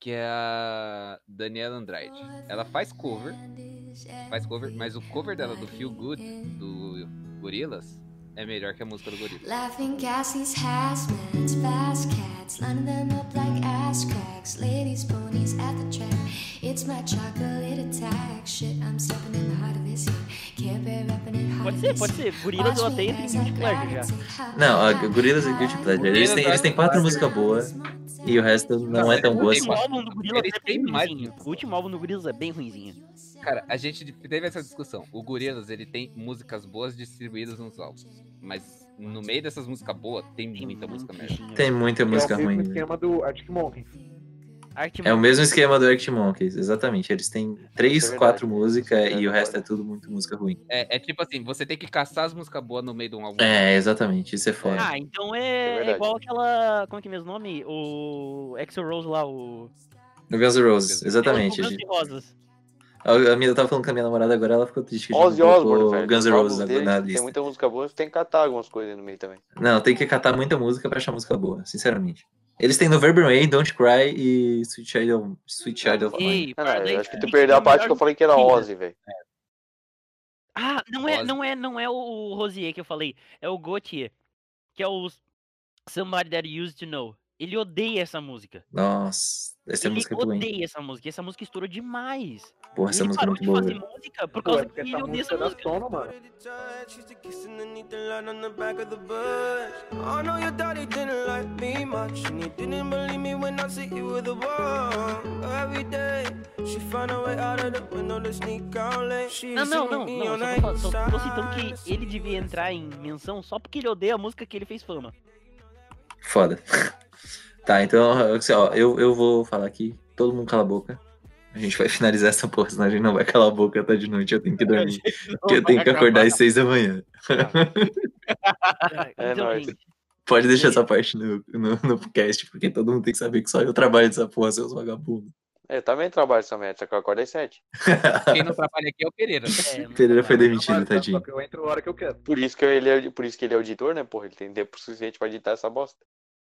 que é a Daniela Andrade. Ela faz cover, faz cover, mas o cover dela do Feel Good, do Gorillaz, É melhor que a música do gorila. Laughing gases, hazmats, fast cats, lining them up like ass cracks. Ladies, ponies at the track. It's my chocolate attack. Shit, I'm stepping in the heart of this heat. Can't bear repping it hard. Pode ser, pode ser. Gorilas eu até entro em é Guilty Pleasure já. é Não, a Gorillaz é Guilty Pleasure. Eles têm, eles têm quatro músicas boas e o resto não é tão O boa assim. último álbum do Gorillaz Eles é bem têm mais ruimzinho. O último álbum do Gorillaz é bem ruimzinho. Cara, a gente teve essa discussão. O Gorillaz, ele tem músicas boas distribuídas nos álbuns. Mas no meio dessas músicas boas, tem muita música merda. Tem muita música é o mesmo ruim. esquema do Arctic Monkeys. Arctic É o mesmo esquema do Arctic Monkeys, exatamente. Eles têm três, é verdade. quatro Isso músicas é e o verdade. resto é tudo muito música ruim. É, é tipo assim, você tem que caçar as músicas boas no meio de um álbum. É, exatamente. Isso é foda. Ah, então É é, é verdade. igual aquela. Como é que é mesmo o nome? O. Axel Rose lá, o. É. No Guns N' Roses, O exatamente. Guns N' Rosas. A, a minha, eu tava falando com a minha namorada agora, ela ficou triste que a gente Ozzy não colocou Osbourne, velho. Guns N' Os álbuns Roses dele na Tem lista. muita música boa, você tem que catar algumas coisas no meio também. Não, tem que catar muita música pra achar música boa, sinceramente. Eles têm November Rain, Don't Cry e Sweet Child of, Sweet Child of Mine. Ei, Ah, não, Paradise eu acho que tu Kiss perdeu é a parte que eu melhor- falei que era ainda. Ozzy, velho. Ah, não é, Ozzy. não é, não é o Rosier que eu falei. É o Gauthier. Que é o Somebody That You Used to Know. Ele odeia essa música. Nossa, essa ele música é odeia doente. essa música. Essa música estourou demais. Porra, essa ele música é parou muito de boa, fazer velho. música por Pô, é causa porque que ele essa odeia essa música dá música. sono, mano. Used to kiss and then he the light on the back of the bus. I know your daddy didn't like me much, and he didn't believe me when I see you with a wall. Every day, she found a way out of the window to sneak out late. She Não, used to não, meet não, me não. on Só tô, falando- só tô citando night que ele devia entrar em menção só porque ele odeia a música que ele fez fama. Foda. tá, então, assim, ó, eu, eu vou falar aqui, todo mundo cala a boca. A gente vai finalizar essa porra, senão a gente não vai calar a boca até de noite, eu tenho que dormir. Porque eu tenho que acordar às seis da manhã. É então, nóis. gente, Pode deixar essa parte no, no, no podcast, porque todo mundo tem que saber que só eu trabalho dessa porra, seus vagabundos. É, Eu também trabalho essa merda, só que eu acordo às 7. Quem não trabalha aqui é o Pereira. é, não Pereira dá. foi demitido, Trabalho, tá? Só tadinho. que eu entro a hora que eu quero. Por isso que ele é, por isso que ele é auditor, né, porra? Ele tem tempo suficiente pra editar essa bosta.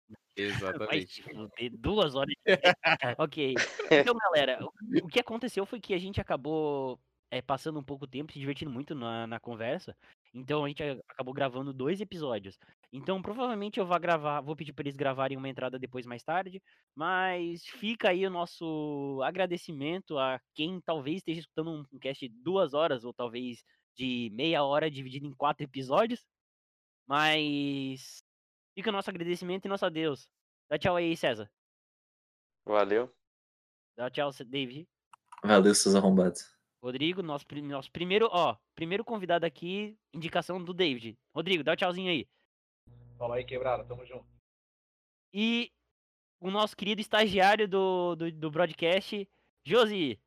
Vai se Exatamente. fuder, duas horas. tipo, de- ok. Então, galera, o- o que aconteceu foi que a gente acabou é, passando um pouco tempo, se divertindo muito na, na conversa. Então a gente a- acabou gravando dois episódios. Então provavelmente eu vou gravar, vou pedir para eles gravarem uma entrada depois mais tarde. Mas fica aí o nosso agradecimento a quem talvez esteja escutando um um cast de duas horas ou talvez de meia hora dividido em quatro episódios. Mas fica o nosso agradecimento e nosso adeus. Dá tchau aí, César. Valeu. Dá tchau, C- David. Valeu, seus arrombados. Rodrigo, nosso, pri- nosso primeiro, ó, primeiro convidado aqui, indicação do David. Rodrigo, dá um tchauzinho aí. Fala aí, quebrada, tamo junto. E o nosso querido estagiário do, do, do broadcast, Josi.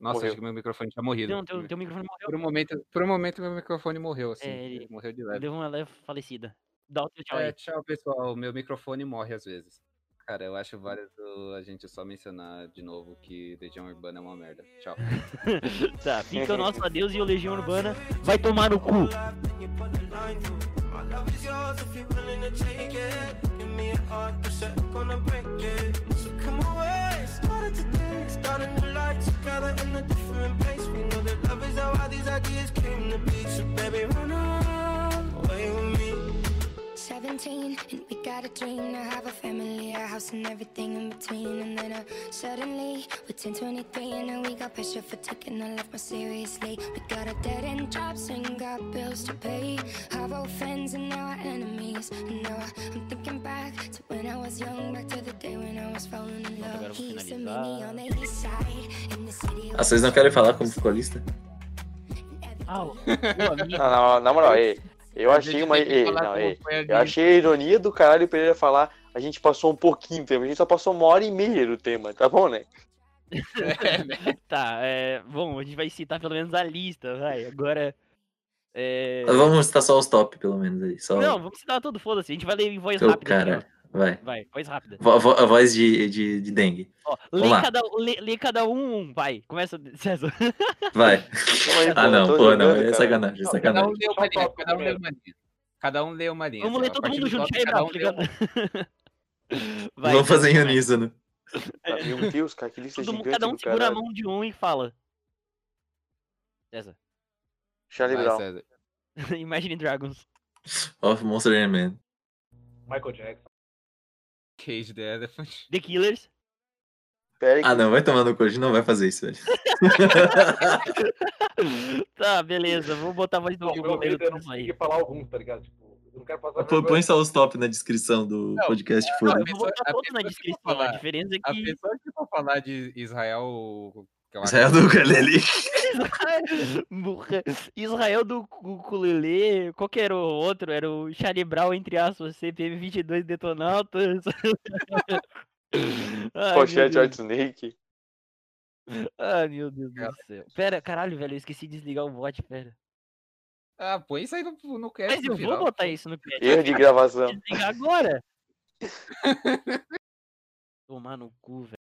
Nossa, Morreu. acho que meu microfone tinha morrido. Não, teu, teu microfone morreu. Por um momento, por um momento meu microfone morreu, assim. É, ele- ele Morreu de leve. Deu uma leve falecida. Dá o teu tchau É, aí. tchau, pessoal. Meu microfone morre às vezes. Cara, eu acho válido a gente só mencionar de novo que Legião Urbana é uma merda. Tchau. tá, fica o nosso adeus e o Legião Urbana vai tomar no cu. Then you put the line through. My love is yours if you're willing to take it. Give me a heart, cause I'm gonna break it. So come away, start it today. Start a new life together in a different place. We know that love is how all these ideas came to be. So baby, run away with me. 17 and we got a dream to have a family, a house and everything in between. And then uh, suddenly we're 10, 23 and then we got pressure for taking our life more seriously. We got our dead end jobs and got bills to pay. Our old friends and now our enemies. And now I, I'm thinking back to when I was young, back to the day when I was falling in agora eu love. vou He used to meet finalizar. me on the east side in the city. Ah, vocês não querem falar como ficou a lista? Ah, o, o amigo. Não, na, na moral, ei, eu A achei gente uma. tem que ei, falar não, como ei, foi a eu lista. achei a ironia do caralho o Pereira falar. A gente passou um pouquinho do tempo, a gente só passou uma hora e meia do tema, tá bom, né? Tá, é, bom, a gente vai citar pelo menos a lista, vai. Agora. É... Então. Vamos citar só os top, pelo menos aí. Só Não, vamos citar tudo, foda-se. A gente vai ler em voz Ô, rápida. cara. aqui, vai. ó. Vai, voz rápida. Vo- vo- a voz de, de, de dengue. Ó, Vamos lê, lá. cada, lê, lê cada um um, vai. Começa, César. Vai. Calma Então, aí, Ah, eu não, tô pô, não. jogando, É cara. sacanagem, é Cada um sacanagem. leu uma linha. Cada um leu uma linha. Cada um leu uma linha. Vamos assim, ler a todo partir mundo do junto top, aí, cada Bravo, tá um leu ligado? Vai, Vamos César, fazer em vai. unísono. Ah, Meu Deus, cara, que lista Todo mundo, gigante cada um do segura a caralho. mão de um e fala. César. Charlie Vai, Brown. César. Imagine Dragons. Of Monster and Man. Michael Jackson. Cage the Elephant. The Killers. Ah, não, vai tomar no cu, a gente não vai fazer isso, velho. tá, beleza. Vou botar mais do Não, meu medo é não conseguir falar alguns, tá ligado? Tipo, eu não quero passar Pô, Põe só os top na descrição do podcast, foda Eu vou botar todos na descrição. a diferença é A que. pessoa que for falar de Israel. que eu acho- Israel do Ukulele. Burra. Israel do Ukulele, qual que era o outro? Era o Charlie Brown, entre aspas, CPM 22 Detonautas. Ai, Pochete meu White Deus. Snake. Ai, meu Deus do céu. Pera, caralho, velho, eu esqueci de desligar o bot, pera. Ah, põe isso aí no, no cast. Mas no eu vou final. botar isso no cast. Erro de gravação. Desligar agora. Tomar no cu, velho.